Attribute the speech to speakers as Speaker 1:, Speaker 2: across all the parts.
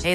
Speaker 1: Hey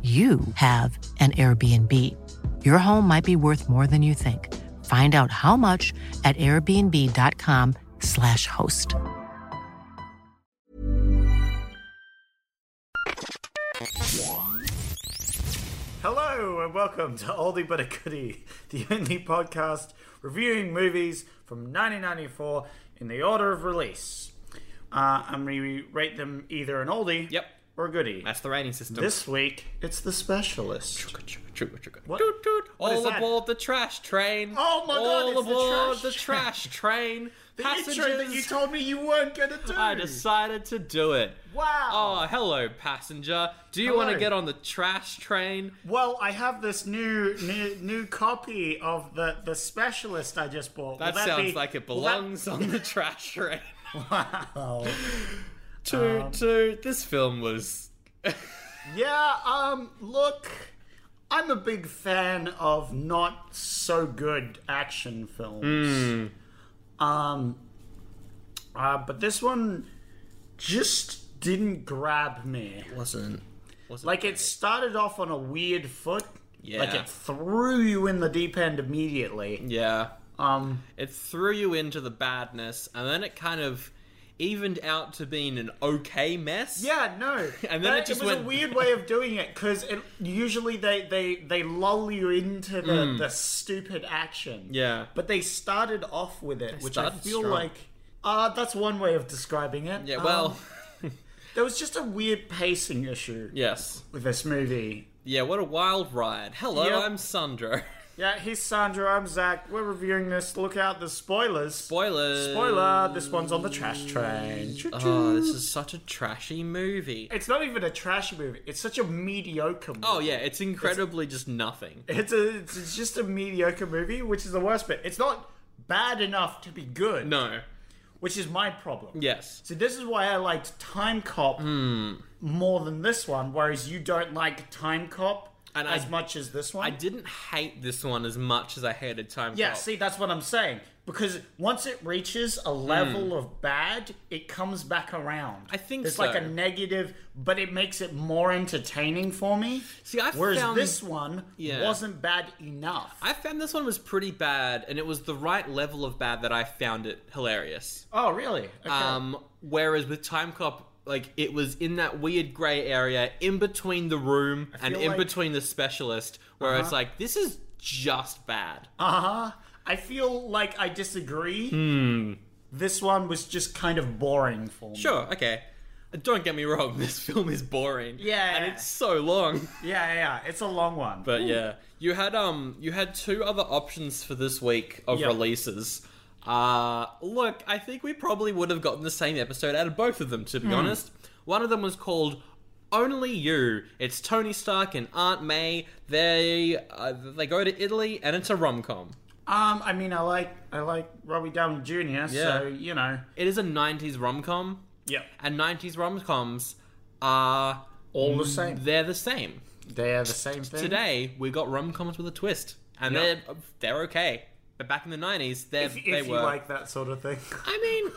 Speaker 1: you have an Airbnb. Your home might be worth more than you think. Find out how much at airbnb.com/slash host.
Speaker 2: Hello and welcome to Oldie But a Goodie, the only podcast reviewing movies from 1994 in the order of release. Uh, and we rate them either an oldie
Speaker 3: Yep.
Speaker 2: or a goodie.
Speaker 3: That's the rating system.
Speaker 2: this week, it's The Specialist.
Speaker 3: Chugga, chugga, chugga, chugga.
Speaker 2: What-
Speaker 3: Toot, toot.
Speaker 2: what is
Speaker 3: All
Speaker 2: that?
Speaker 3: aboard the trash train.
Speaker 2: Oh my God,
Speaker 3: All
Speaker 2: it's the
Speaker 3: aboard
Speaker 2: trash
Speaker 3: the trash train.
Speaker 2: The
Speaker 3: Passengers.
Speaker 2: intro that you told me you weren't going to do.
Speaker 3: I decided to do it.
Speaker 2: Wow.
Speaker 3: Oh, hello, passenger. Do you
Speaker 2: Hello.
Speaker 3: want to get on the trash train?
Speaker 2: Well, I have this new new, new copy of the, the Specialist I just bought. Will
Speaker 3: That, sounds
Speaker 2: be-
Speaker 3: like it
Speaker 2: will that-
Speaker 3: belongs on the trash train.
Speaker 2: Wow.
Speaker 3: Toot,
Speaker 2: Um,
Speaker 3: toot. This film was.
Speaker 2: Yeah, um, look, I'm a big fan of not so good action films. Um, uh, but this one just didn't grab me.
Speaker 3: Wasn't.
Speaker 2: Like, it started off on a weird foot. Like,
Speaker 3: Yeah.
Speaker 2: it threw you in the deep end immediately.
Speaker 3: Yeah.
Speaker 2: Um,
Speaker 3: It threw you into the badness, and then it kind of evened out to being an okay mess.
Speaker 2: Yeah, no.
Speaker 3: And then
Speaker 2: That-
Speaker 3: it just
Speaker 2: was a
Speaker 3: went-
Speaker 2: weird way of doing it because usually they, they they lull you into the, the stupid action.
Speaker 3: Hmm. Yeah.
Speaker 2: But they started off with it, which I
Speaker 3: started
Speaker 2: feel
Speaker 3: strong.
Speaker 2: like uh, that's one way of describing it.
Speaker 3: Yeah,
Speaker 2: Um,
Speaker 3: well.
Speaker 2: there was just a weird pacing issue
Speaker 3: yes.
Speaker 2: with this movie.
Speaker 3: Yeah, what a wild ride. Hello,
Speaker 2: Yep.
Speaker 3: I'm Sandro.
Speaker 2: Yeah, he's Sandra. I'm Zach. We're reviewing this. Look out, the spoilers.
Speaker 3: Spoilers.
Speaker 2: Spoiler. This one's on the trash train. Choo-choo.
Speaker 3: Oh, this is such a trashy movie.
Speaker 2: It's not even a trashy movie. It's such a mediocre. Movie.
Speaker 3: Oh, yeah, it's incredibly just nothing.
Speaker 2: It's a, it's it's just a mediocre movie, which is the worst bit. It's not bad enough to be good,
Speaker 3: No.
Speaker 2: which is my problem.
Speaker 3: Yes.
Speaker 2: So this is why I liked Time Cop
Speaker 3: Hmm.
Speaker 2: more than this one, whereas you don't like Time Cop
Speaker 3: And
Speaker 2: as
Speaker 3: I-
Speaker 2: much as this one.
Speaker 3: I didn't hate this one as much as I hated Time
Speaker 2: Yeah,
Speaker 3: Cop. Hmm.
Speaker 2: see, that's what I'm saying. Because once it reaches a level of bad, it comes back around.
Speaker 3: I think
Speaker 2: it's
Speaker 3: so.
Speaker 2: like a negative, but it makes it more entertaining for me.
Speaker 3: See, I
Speaker 2: Whereas
Speaker 3: found
Speaker 2: this one
Speaker 3: Yeah.
Speaker 2: wasn't bad enough.
Speaker 3: I found this one was pretty bad, and it was the right level of bad that I found it hilarious.
Speaker 2: oh, really? Okay.
Speaker 3: Um, whereas with Time Cop, like it was in that weird grey area in between the room and
Speaker 2: feel
Speaker 3: in
Speaker 2: like- Uh-huh.
Speaker 3: between the specialist, where it's like this is just bad.
Speaker 2: Uh huh. I feel like I disagree. This one was just kind of boring for me.
Speaker 3: Hmm. Sure, okay. Don't get me wrong, this film is boring.
Speaker 2: Yeah.
Speaker 3: And it's so long.
Speaker 2: Yeah, yeah, yeah. It's a long one.
Speaker 3: But yeah. You had um you had two other options for this week of
Speaker 2: Yep.
Speaker 3: releases. Uh look, I think we probably would have gotten the same episode out of both of them, to be honest. One of them was called only you. It's Tony Stark and Aunt May. They uh, they go to Italy, and it's a rom com.
Speaker 2: um, I mean, I like I like Robbie Downey Jr. So you know.
Speaker 3: It is a '90s rom com,
Speaker 2: Yeah.
Speaker 3: and '90s rom coms are
Speaker 2: All the same.
Speaker 3: they're the same.
Speaker 2: They are the same thing.
Speaker 3: Today we got rom coms with a twist, and
Speaker 2: Yeah.
Speaker 3: they're they're okay. But back in the nineties, they
Speaker 2: if, if
Speaker 3: they
Speaker 2: you
Speaker 3: were.
Speaker 2: like that sort of thing.
Speaker 3: I mean,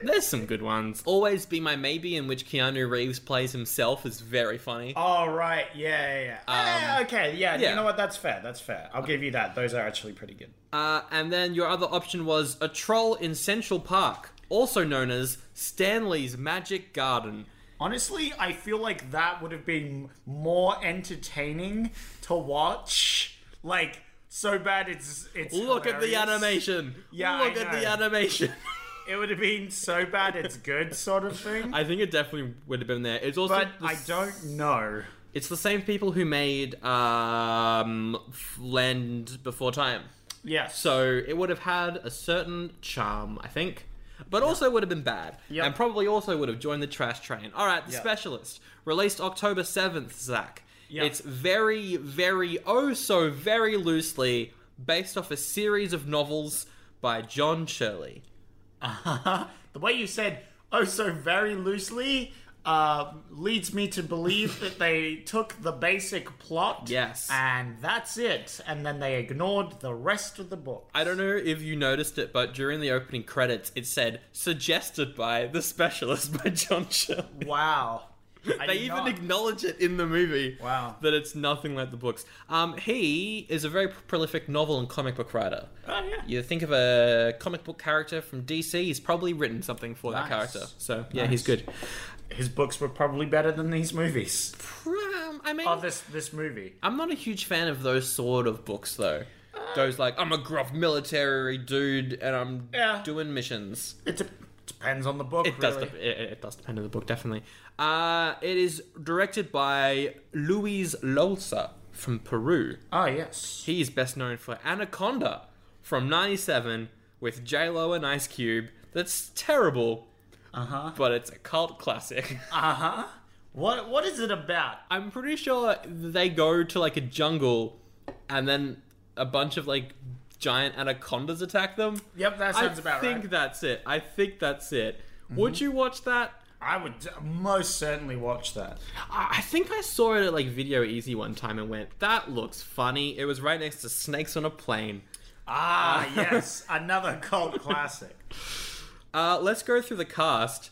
Speaker 3: there's some good ones. Always be my maybe, in which Keanu Reeves plays himself, is very funny.
Speaker 2: All right. Yeah, yeah. yeah. Eh, okay. Yeah,
Speaker 3: Um, yeah.
Speaker 2: You know what? That's fair. That's fair. I'll give you that. Those are actually pretty good.
Speaker 3: Uh, and then your other option was a troll in Central Park, also known as Stanley's Magic Garden.
Speaker 2: Honestly, I feel like that would have been more entertaining to watch. Like so bad it's it's
Speaker 3: Look at the
Speaker 2: hilarious.
Speaker 3: animation.
Speaker 2: Yeah, I
Speaker 3: look at the
Speaker 2: know.
Speaker 3: animation.
Speaker 2: It would have been so bad it's good sort of thing.
Speaker 3: I think it definitely would have been there. It's also
Speaker 2: but
Speaker 3: the
Speaker 2: I don't know.
Speaker 3: It's the same people who made um, Land Before Time.
Speaker 2: Yeah.
Speaker 3: So it would have had a certain charm, I think. But also would have been bad.
Speaker 2: Yep.
Speaker 3: And probably also would have joined the trash train. All right, The
Speaker 2: Yep.
Speaker 3: Specialist. Released October 7th, Zach.
Speaker 2: Yeah.
Speaker 3: It's very, very, oh so very loosely based off a series of novels by John Shirley.
Speaker 2: the way you said "oh so very loosely" uh, leads me to believe that they took the basic plot.
Speaker 3: Yes.
Speaker 2: and that's it. And then they ignored the rest of the book.
Speaker 3: I don't know if you noticed it, but during the opening credits, it said suggested by The Specialist by John Shirley.
Speaker 2: Wow. I
Speaker 3: they
Speaker 2: did
Speaker 3: even
Speaker 2: not-
Speaker 3: acknowledge it in the movie.
Speaker 2: Wow.
Speaker 3: That it's nothing like the books. Um, he is a very prolific novel and comic book writer.
Speaker 2: Oh yeah.
Speaker 3: You think of a comic book character from DC, he's probably written something for
Speaker 2: Nice.
Speaker 3: that character. So, yeah, he's good.
Speaker 2: His books were probably better than these movies.
Speaker 3: Um, I mean,
Speaker 2: Oh, this this movie.
Speaker 3: I'm not a huge fan of those sort of books, though. Those like I'm a gruff military dude and I'm
Speaker 2: Yeah.
Speaker 3: doing missions.
Speaker 2: It de- depends on the book.
Speaker 3: It does.
Speaker 2: really.
Speaker 3: dep- it, it does depend on the book, definitely. Uh, it is directed by Luis Lolsa from Peru.
Speaker 2: Oh yes.
Speaker 3: He is best known for Anaconda from '97 with J Lo and Ice Cube. That's terrible, uh-huh. but it's a cult classic.
Speaker 2: Uh huh. What what is it about?
Speaker 3: I'm pretty sure they go to like a jungle, and then a bunch of like giant anacondas attack them.
Speaker 2: Yep, that sounds
Speaker 3: I
Speaker 2: about
Speaker 3: think
Speaker 2: right.
Speaker 3: that's it. I think that's it. Would you watch that?
Speaker 2: I would most certainly watch that.
Speaker 3: I I think I saw it at like Video Easy one time and went, that looks funny. It was right next to Snakes on a Plane.
Speaker 2: Ah yes, another cult classic.
Speaker 3: Uh, let's go through the cast.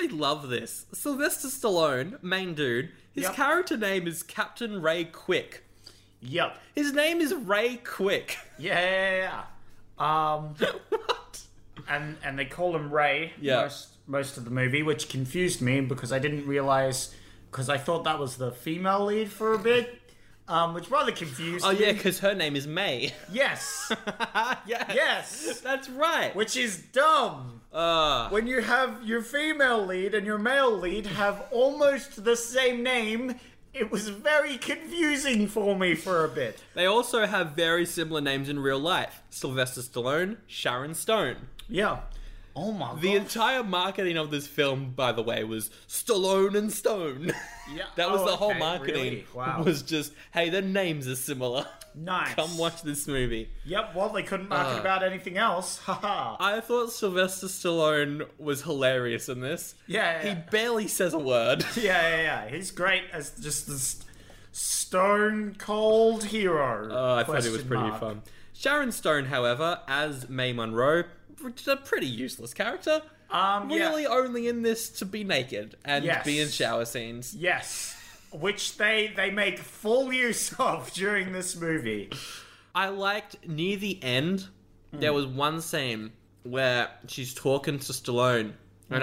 Speaker 3: I love this. Sylvester Stallone, main dude. His
Speaker 2: Yep.
Speaker 3: character name is Captain Ray Quick.
Speaker 2: Yep.
Speaker 3: His name is Ray Quick.
Speaker 2: Yeah. yeah, yeah. Um,
Speaker 3: what?
Speaker 2: and and they call him Ray
Speaker 3: Yeah.
Speaker 2: most most of the movie, which confused me because I didn't realize because I thought that was the female lead for a bit, um, which rather confused.
Speaker 3: Oh
Speaker 2: me.
Speaker 3: yeah, because her name is May.
Speaker 2: Yes.
Speaker 3: yes.
Speaker 2: yes.
Speaker 3: That's right.
Speaker 2: Which is dumb.
Speaker 3: Uh,
Speaker 2: When you have your female lead and your male lead have almost the same name, it was very confusing for me for a bit.
Speaker 3: they also have very similar names in real life. Sylvester Stallone, Sharon Stone.
Speaker 2: Yeah. Oh my
Speaker 3: The
Speaker 2: god.
Speaker 3: entire marketing of this film, by the way, was Stallone and Stone.
Speaker 2: Yeah.
Speaker 3: that was
Speaker 2: Oh,
Speaker 3: the whole
Speaker 2: okay,
Speaker 3: marketing.
Speaker 2: really? Wow.
Speaker 3: Was just, hey, their names are similar.
Speaker 2: Nice.
Speaker 3: Come Uh. watch this movie.
Speaker 2: Yep, well, they couldn't market about anything else. Haha.
Speaker 3: I thought Sylvester Stallone was hilarious in this.
Speaker 2: Yeah, yeah,
Speaker 3: He
Speaker 2: yeah.
Speaker 3: barely says a word.
Speaker 2: yeah, yeah, yeah. He's great as just this stone cold hero.
Speaker 3: Uh, I thought it was
Speaker 2: Question
Speaker 3: pretty
Speaker 2: mark.
Speaker 3: fun. Sharon Stone, however, as Mae Monroe, which is a pretty useless character.
Speaker 2: Um, yeah.
Speaker 3: really only in this to be naked and
Speaker 2: Yes.
Speaker 3: be in shower scenes.
Speaker 2: Yes, which they they make full use of during this movie.
Speaker 3: I liked near the end,
Speaker 2: Hmm.
Speaker 3: there was one scene where she's talking to Stallone, and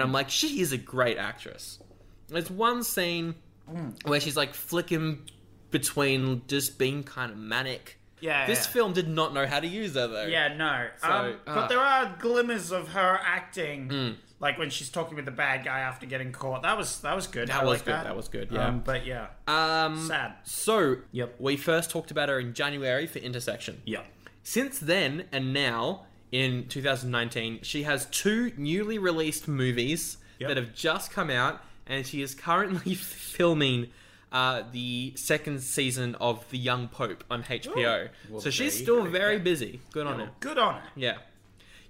Speaker 2: Hmm.
Speaker 3: I'm like, she is a great actress. There's one scene
Speaker 2: Hmm.
Speaker 3: where she's like flicking between just being kind of manic.
Speaker 2: Yeah,
Speaker 3: This
Speaker 2: yeah.
Speaker 3: film did not know how to use her though.
Speaker 2: Yeah, no. um,
Speaker 3: uh, Hmm.
Speaker 2: but there are glimmers of her acting, like when she's talking with the bad guy after getting caught. That was that was good.
Speaker 3: That
Speaker 2: I
Speaker 3: was
Speaker 2: like
Speaker 3: good.
Speaker 2: That.
Speaker 3: That. was good. Yeah.
Speaker 2: Um, but yeah,
Speaker 3: Um,
Speaker 2: sad.
Speaker 3: So,
Speaker 2: Yep.
Speaker 3: we first talked about her in January for Intersection.
Speaker 2: Yeah.
Speaker 3: Since then and now, in 2019, she has two newly released movies
Speaker 2: Yep.
Speaker 3: that have just come out, and she is currently filming uh, the second season of The Young Pope on HBO.
Speaker 2: Well,
Speaker 3: so she's
Speaker 2: there you
Speaker 3: still
Speaker 2: go.
Speaker 3: very busy. Good on her.
Speaker 2: Good on her.
Speaker 3: Yeah.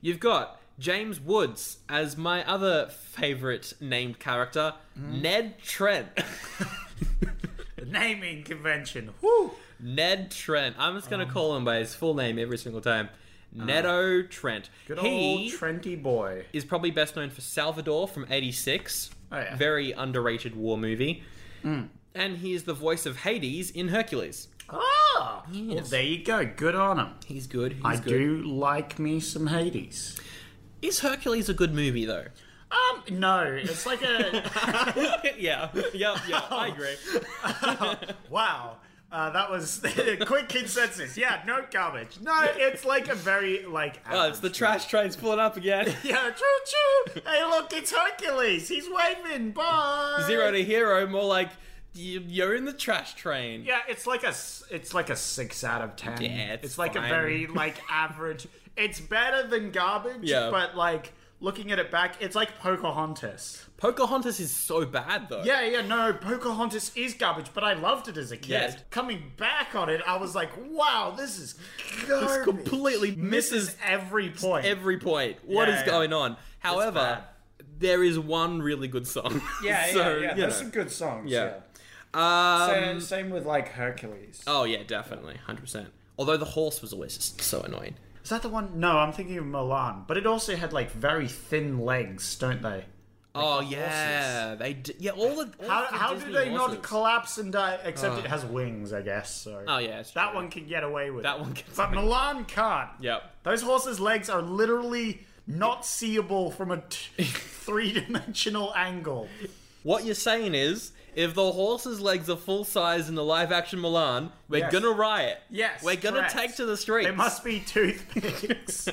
Speaker 3: You've got James Woods as my other favorite named character,
Speaker 2: Mm-hmm.
Speaker 3: Ned Trent.
Speaker 2: The naming convention. Woo.
Speaker 3: Ned Trent. I'm just
Speaker 2: Um.
Speaker 3: gonna call him by his full name every single time. Nedo Trent.
Speaker 2: Uh. Good
Speaker 3: he
Speaker 2: old Trenty boy.
Speaker 3: is probably best known for Salvador from '86.
Speaker 2: Oh, yeah. Hmm.
Speaker 3: Very underrated war movie. And he is the voice of Hades in Hercules.
Speaker 2: Ah, well, there you go. Good on him.
Speaker 3: He's good. He's
Speaker 2: I
Speaker 3: good.
Speaker 2: do like me some Hades.
Speaker 3: Is Hercules a good movie though?
Speaker 2: Um, no, it's like a
Speaker 3: yeah. Yeah. Yeah. I agree.
Speaker 2: Oh. wow. Uh, that was a quick consensus. Yeah, no garbage. No, it's like a very like.
Speaker 3: Oh, it's the trash train's pulling up again.
Speaker 2: Yeah, choo choo. Hey, look, it's Hercules. He's waving. Bye.
Speaker 3: Zero to hero. More like you- you're in the trash train.
Speaker 2: Yeah, it's like a s- it's like a six out of ten.
Speaker 3: Yeah, it's
Speaker 2: like
Speaker 3: fine.
Speaker 2: a very like average. It's better than garbage,
Speaker 3: Yeah.
Speaker 2: but like looking at it back, it's like Pocahontas.
Speaker 3: Pocahontas is so bad though.
Speaker 2: Yeah, yeah, no, Pocahontas is garbage, but I loved it as a kid.
Speaker 3: Yes.
Speaker 2: Coming back on it, I was like, wow, this is garbage.
Speaker 3: This completely misses
Speaker 2: every point.
Speaker 3: every point. What is
Speaker 2: Yeah, yeah.
Speaker 3: going on? However,
Speaker 2: bad.
Speaker 3: there is one really good song.
Speaker 2: yeah, yeah,
Speaker 3: so,
Speaker 2: yeah.
Speaker 3: you
Speaker 2: There's
Speaker 3: know.
Speaker 2: some good songs.
Speaker 3: Yeah.
Speaker 2: Yeah.
Speaker 3: Um,
Speaker 2: same, same with like Hercules.
Speaker 3: oh yeah, definitely, hundred percent. Although the horse was always just so annoying.
Speaker 2: Is that the one? No, I'm thinking of Milan, but it also had like very thin legs, don't they?
Speaker 3: oh yeah, they d- yeah all the all
Speaker 2: How,
Speaker 3: the
Speaker 2: how do
Speaker 3: Disney
Speaker 2: they
Speaker 3: horses.
Speaker 2: not collapse and die? Except
Speaker 3: Uh.
Speaker 2: it has wings, I guess. So
Speaker 3: Oh, yeah, it's
Speaker 2: that
Speaker 3: true.
Speaker 2: one can get away with
Speaker 3: That
Speaker 2: it.
Speaker 3: one can-
Speaker 2: but Milan can't.
Speaker 3: Yep.
Speaker 2: Those horses' legs are literally not seeable from a t- three-dimensional angle.
Speaker 3: What you're saying is, if the horse's legs are full size in the live action Milan, we're
Speaker 2: Yes.
Speaker 3: gonna riot.
Speaker 2: Yes,
Speaker 3: we're gonna
Speaker 2: correct.
Speaker 3: take to the streets.
Speaker 2: They must be toothpicks.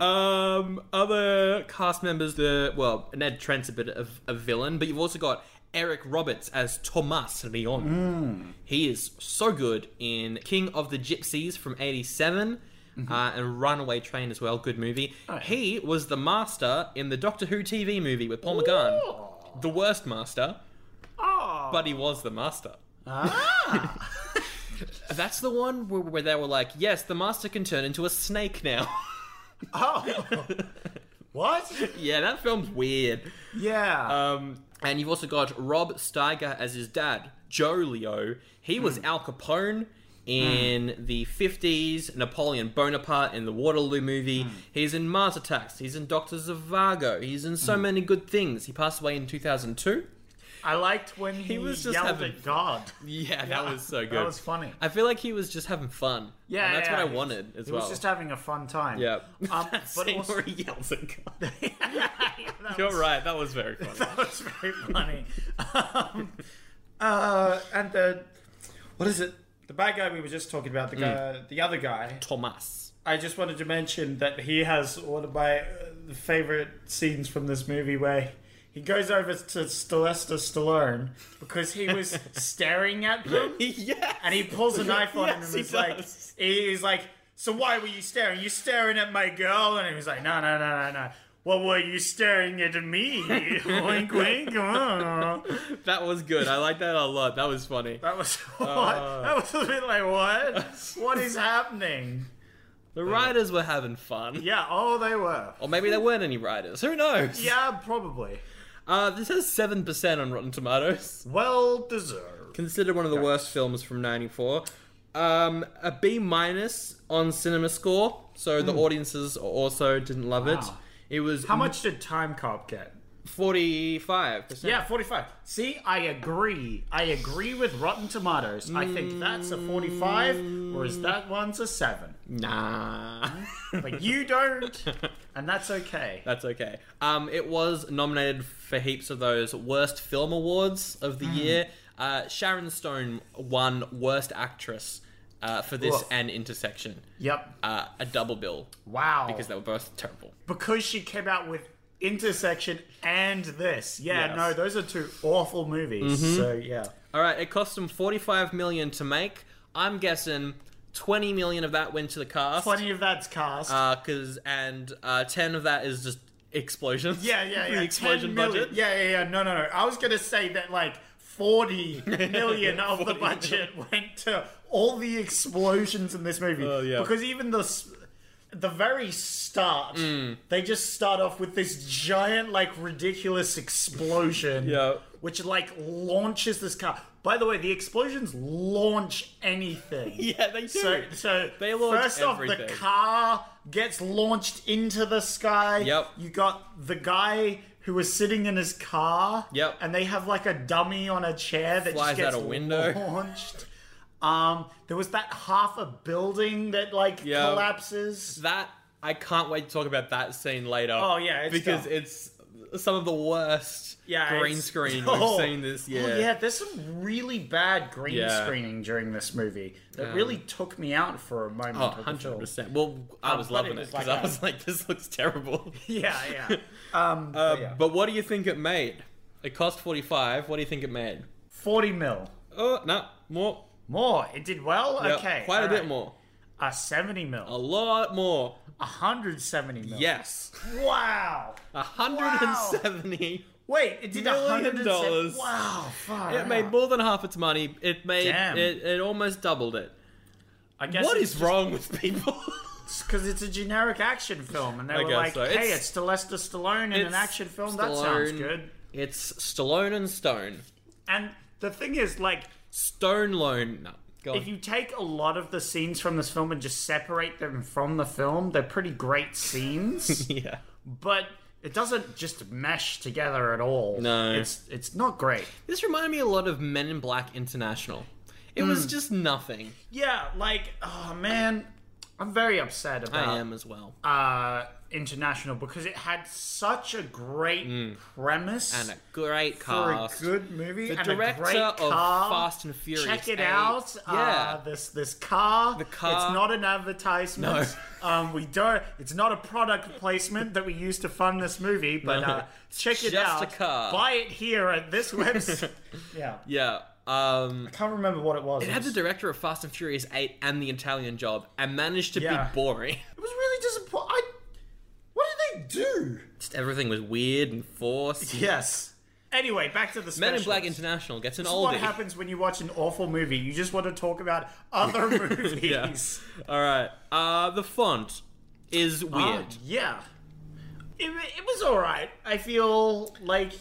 Speaker 3: Um, other cast members, the well, Ned Trent's a bit of a villain, but you've also got Eric Roberts as Thomas Lyon. He is so good in King of the Gypsies from '87. Uh, and Runaway Train as well, good movie. He was the master in the Doctor Who TV movie with Paul McGann. The worst master,
Speaker 2: oh,
Speaker 3: but he was the master. That's the one where, where they were like, yes, the master can turn into a snake now.
Speaker 2: oh. what?
Speaker 3: yeah, that film's weird.
Speaker 2: Yeah.
Speaker 3: Um, and you've also got Rob Steiger as his dad, Joe Leo. He was
Speaker 2: Hmm.
Speaker 3: Al Capone in the 50s, Napoleon Bonaparte in the Waterloo
Speaker 2: Hmm.
Speaker 3: movie. He's in Mars Attacks. He's in Doctors of Vargo. He's in
Speaker 2: Hmm.
Speaker 3: so many good things. He passed away in 2002.
Speaker 2: I liked when he,
Speaker 3: was just
Speaker 2: yelled
Speaker 3: having
Speaker 2: at God.
Speaker 3: Yeah, that was so good.
Speaker 2: That was funny.
Speaker 3: I feel like he was just having fun.
Speaker 2: Yeah,
Speaker 3: And that's
Speaker 2: yeah,
Speaker 3: what I
Speaker 2: he was-
Speaker 3: wanted as
Speaker 2: he
Speaker 3: well.
Speaker 2: was just having a fun time.
Speaker 3: yeah.
Speaker 2: Um,
Speaker 3: That
Speaker 2: but
Speaker 3: scene
Speaker 2: also-
Speaker 3: where he yells at God.
Speaker 2: That
Speaker 3: You're
Speaker 2: was-
Speaker 3: right. That was very funny.
Speaker 2: That was very funny. um, uh, and the what is it? The bad guy we were just talking about, the
Speaker 3: Mm.
Speaker 2: guy, the other guy.
Speaker 3: Thomas.
Speaker 2: I just wanted to mention that he has one of my uh, favorite scenes from this movie where he goes over to Sylvester Stallone because he was staring at them.
Speaker 3: yeah.
Speaker 2: and he pulls a knife on
Speaker 3: Yes,
Speaker 2: him and
Speaker 3: he
Speaker 2: he's like,
Speaker 3: does.
Speaker 2: he's like, so why were you staring? You staring at my girl? And he was like, no, no, no, no, no. Well, were you staring at me? wink, wink. oh.
Speaker 3: That was good. I like that a lot. That was funny.
Speaker 2: That was what?
Speaker 3: Uh.
Speaker 2: that was a bit like what? What is happening?
Speaker 3: The writers were having fun.
Speaker 2: Yeah. Oh, they were.
Speaker 3: Or maybe there weren't any writers. Who knows?
Speaker 2: Yeah, probably.
Speaker 3: Uh, this has 7% on Rotten Tomatoes.
Speaker 2: Well deserved.
Speaker 3: Considered one of the worst films from 94. Um, a B minus on Cinema Score. So the audiences also didn't love it.
Speaker 2: Hmm. Wow.
Speaker 3: It was
Speaker 2: How much did Time Cop get?
Speaker 3: 45%.
Speaker 2: Yeah, 45. See, I agree. I agree with Rotten Tomatoes. I think that's a 45, whereas that one's a 7.
Speaker 3: Nah.
Speaker 2: But you don't, and that's okay.
Speaker 3: That's okay. Um, it was nominated for heaps of those worst film awards of
Speaker 2: Hmm.
Speaker 3: the year. Uh, Sharon Stone won worst actress uh, for this
Speaker 2: Oof.
Speaker 3: and Intersection.
Speaker 2: Yep.
Speaker 3: Uh, a double bill
Speaker 2: Wow.
Speaker 3: because they were both terrible.
Speaker 2: Because she came out with Intersection and this. Yeah,
Speaker 3: Yes.
Speaker 2: no, those are two awful movies. So, yeah.
Speaker 3: All right, it cost them forty-five million to make. I'm guessing twenty million of that went to the cast.
Speaker 2: 20 of that's cast.
Speaker 3: Uh, 'cause- and uh, ten of that is just explosions.
Speaker 2: yeah, yeah, yeah.
Speaker 3: the
Speaker 2: 10
Speaker 3: explosion
Speaker 2: million.
Speaker 3: budget.
Speaker 2: Yeah, yeah, yeah. No, no, no. I was going to say that, like, 40 million of the
Speaker 3: 40
Speaker 2: budget went to all the explosions in this movie.
Speaker 3: Oh, yeah.
Speaker 2: Because even the. s- The very start,
Speaker 3: Mm.
Speaker 2: they just start off with this giant, like, ridiculous explosion,
Speaker 3: Yeah.
Speaker 2: which like launches this car. By the way, the explosions launch anything.
Speaker 3: Yeah, they do.
Speaker 2: So, so
Speaker 3: They launch
Speaker 2: first off, the
Speaker 3: everything.
Speaker 2: car gets launched into the sky.
Speaker 3: Yep.
Speaker 2: You got the guy who was sitting in his car.
Speaker 3: Yep.
Speaker 2: And they have like a dummy on a chair that just
Speaker 3: Flies
Speaker 2: gets
Speaker 3: out a window.
Speaker 2: launched. Um, there was that half a building that like
Speaker 3: Yep.
Speaker 2: collapses.
Speaker 3: That I can't wait to talk about that scene later.
Speaker 2: Oh, yeah, it's
Speaker 3: because
Speaker 2: dumb.
Speaker 3: it's some of the worst
Speaker 2: Yeah,
Speaker 3: green
Speaker 2: it's-
Speaker 3: screen
Speaker 2: Oh.
Speaker 3: we've seen this
Speaker 2: Oh,
Speaker 3: year.
Speaker 2: yeah, there's some really bad green
Speaker 3: Yeah.
Speaker 2: screening during this movie that really took me out for a moment. of
Speaker 3: Oh,
Speaker 2: the film.
Speaker 3: 100%. Well, I
Speaker 2: Um,
Speaker 3: was
Speaker 2: but
Speaker 3: loving
Speaker 2: it
Speaker 3: it
Speaker 2: was
Speaker 3: because
Speaker 2: like
Speaker 3: I
Speaker 2: a-
Speaker 3: was like, this looks terrible.
Speaker 2: Yeah, yeah. Um,
Speaker 3: Uh,
Speaker 2: but yeah.
Speaker 3: But what do you think it made? It cost 45. What do you think it made?
Speaker 2: 40 mil.
Speaker 3: Oh, no, more.
Speaker 2: More. It did well?
Speaker 3: Yeah,
Speaker 2: okay.
Speaker 3: Quite a
Speaker 2: all
Speaker 3: bit
Speaker 2: right.
Speaker 3: more.
Speaker 2: Uh, 70 mil.
Speaker 3: A lot more.
Speaker 2: 170 mil.
Speaker 3: Yes.
Speaker 2: Wow.
Speaker 3: A 170.
Speaker 2: Wait, it did
Speaker 3: Million
Speaker 2: 170
Speaker 3: dollars.
Speaker 2: Wow. Fuck.
Speaker 3: It made more than half its money. It made
Speaker 2: Damn.
Speaker 3: it, it almost doubled it.
Speaker 2: I guess
Speaker 3: what
Speaker 2: it's
Speaker 3: is wrong with people?
Speaker 2: Because it's a generic action film, and they
Speaker 3: I
Speaker 2: were
Speaker 3: guess
Speaker 2: like,
Speaker 3: so.
Speaker 2: "Hey,
Speaker 3: It's-
Speaker 2: it's Sylvester Stallone in an
Speaker 3: it's
Speaker 2: action film. That sounds
Speaker 3: Stallone.
Speaker 2: good."
Speaker 3: it's Stallone and Stone.
Speaker 2: And the thing is, like,
Speaker 3: Stone Loan. No. Go
Speaker 2: if
Speaker 3: on.
Speaker 2: you take a lot of the scenes from this film and just separate them from the film, they're pretty great scenes,
Speaker 3: yeah.
Speaker 2: but it doesn't just mesh together at all.
Speaker 3: No.
Speaker 2: it's it's not great.
Speaker 3: This reminded me a lot of Men in Black International. It was just nothing.
Speaker 2: Yeah, like, oh man, I'm very upset about
Speaker 3: I am as well.
Speaker 2: uh, international because it had such a great premise
Speaker 3: Mm. and a great
Speaker 2: for a
Speaker 3: cast.
Speaker 2: good movie.
Speaker 3: the
Speaker 2: and
Speaker 3: director
Speaker 2: a great
Speaker 3: of
Speaker 2: car.
Speaker 3: Fast and Furious.
Speaker 2: Check it
Speaker 3: 8.
Speaker 2: out.
Speaker 3: Yeah.
Speaker 2: Uh, this this car. The
Speaker 3: car-
Speaker 2: It's not an advertisement. um, we don't. It's not a product placement that we use to fund this movie. But
Speaker 3: No.
Speaker 2: uh, check it
Speaker 3: Just
Speaker 2: out.
Speaker 3: a car.
Speaker 2: Buy it here at this website. yeah.
Speaker 3: yeah. Um,
Speaker 2: I can't remember what it was.
Speaker 3: it had the director of Fast and Furious 8 and the Italian job and managed to
Speaker 2: Yeah.
Speaker 3: be boring.
Speaker 2: it was really disappointing. I. What did they do?
Speaker 3: Just everything was weird and forced.
Speaker 2: Yes. Anyway, back to the
Speaker 3: Men in Black
Speaker 2: specials.
Speaker 3: International gets an
Speaker 2: This is what
Speaker 3: oldie.
Speaker 2: happens when you watch an awful movie. You just want to talk about other movies.
Speaker 3: Yeah. All right. Uh, the font is weird.
Speaker 2: Ah, yeah. It, it was alright. I feel like.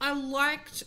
Speaker 3: I liked.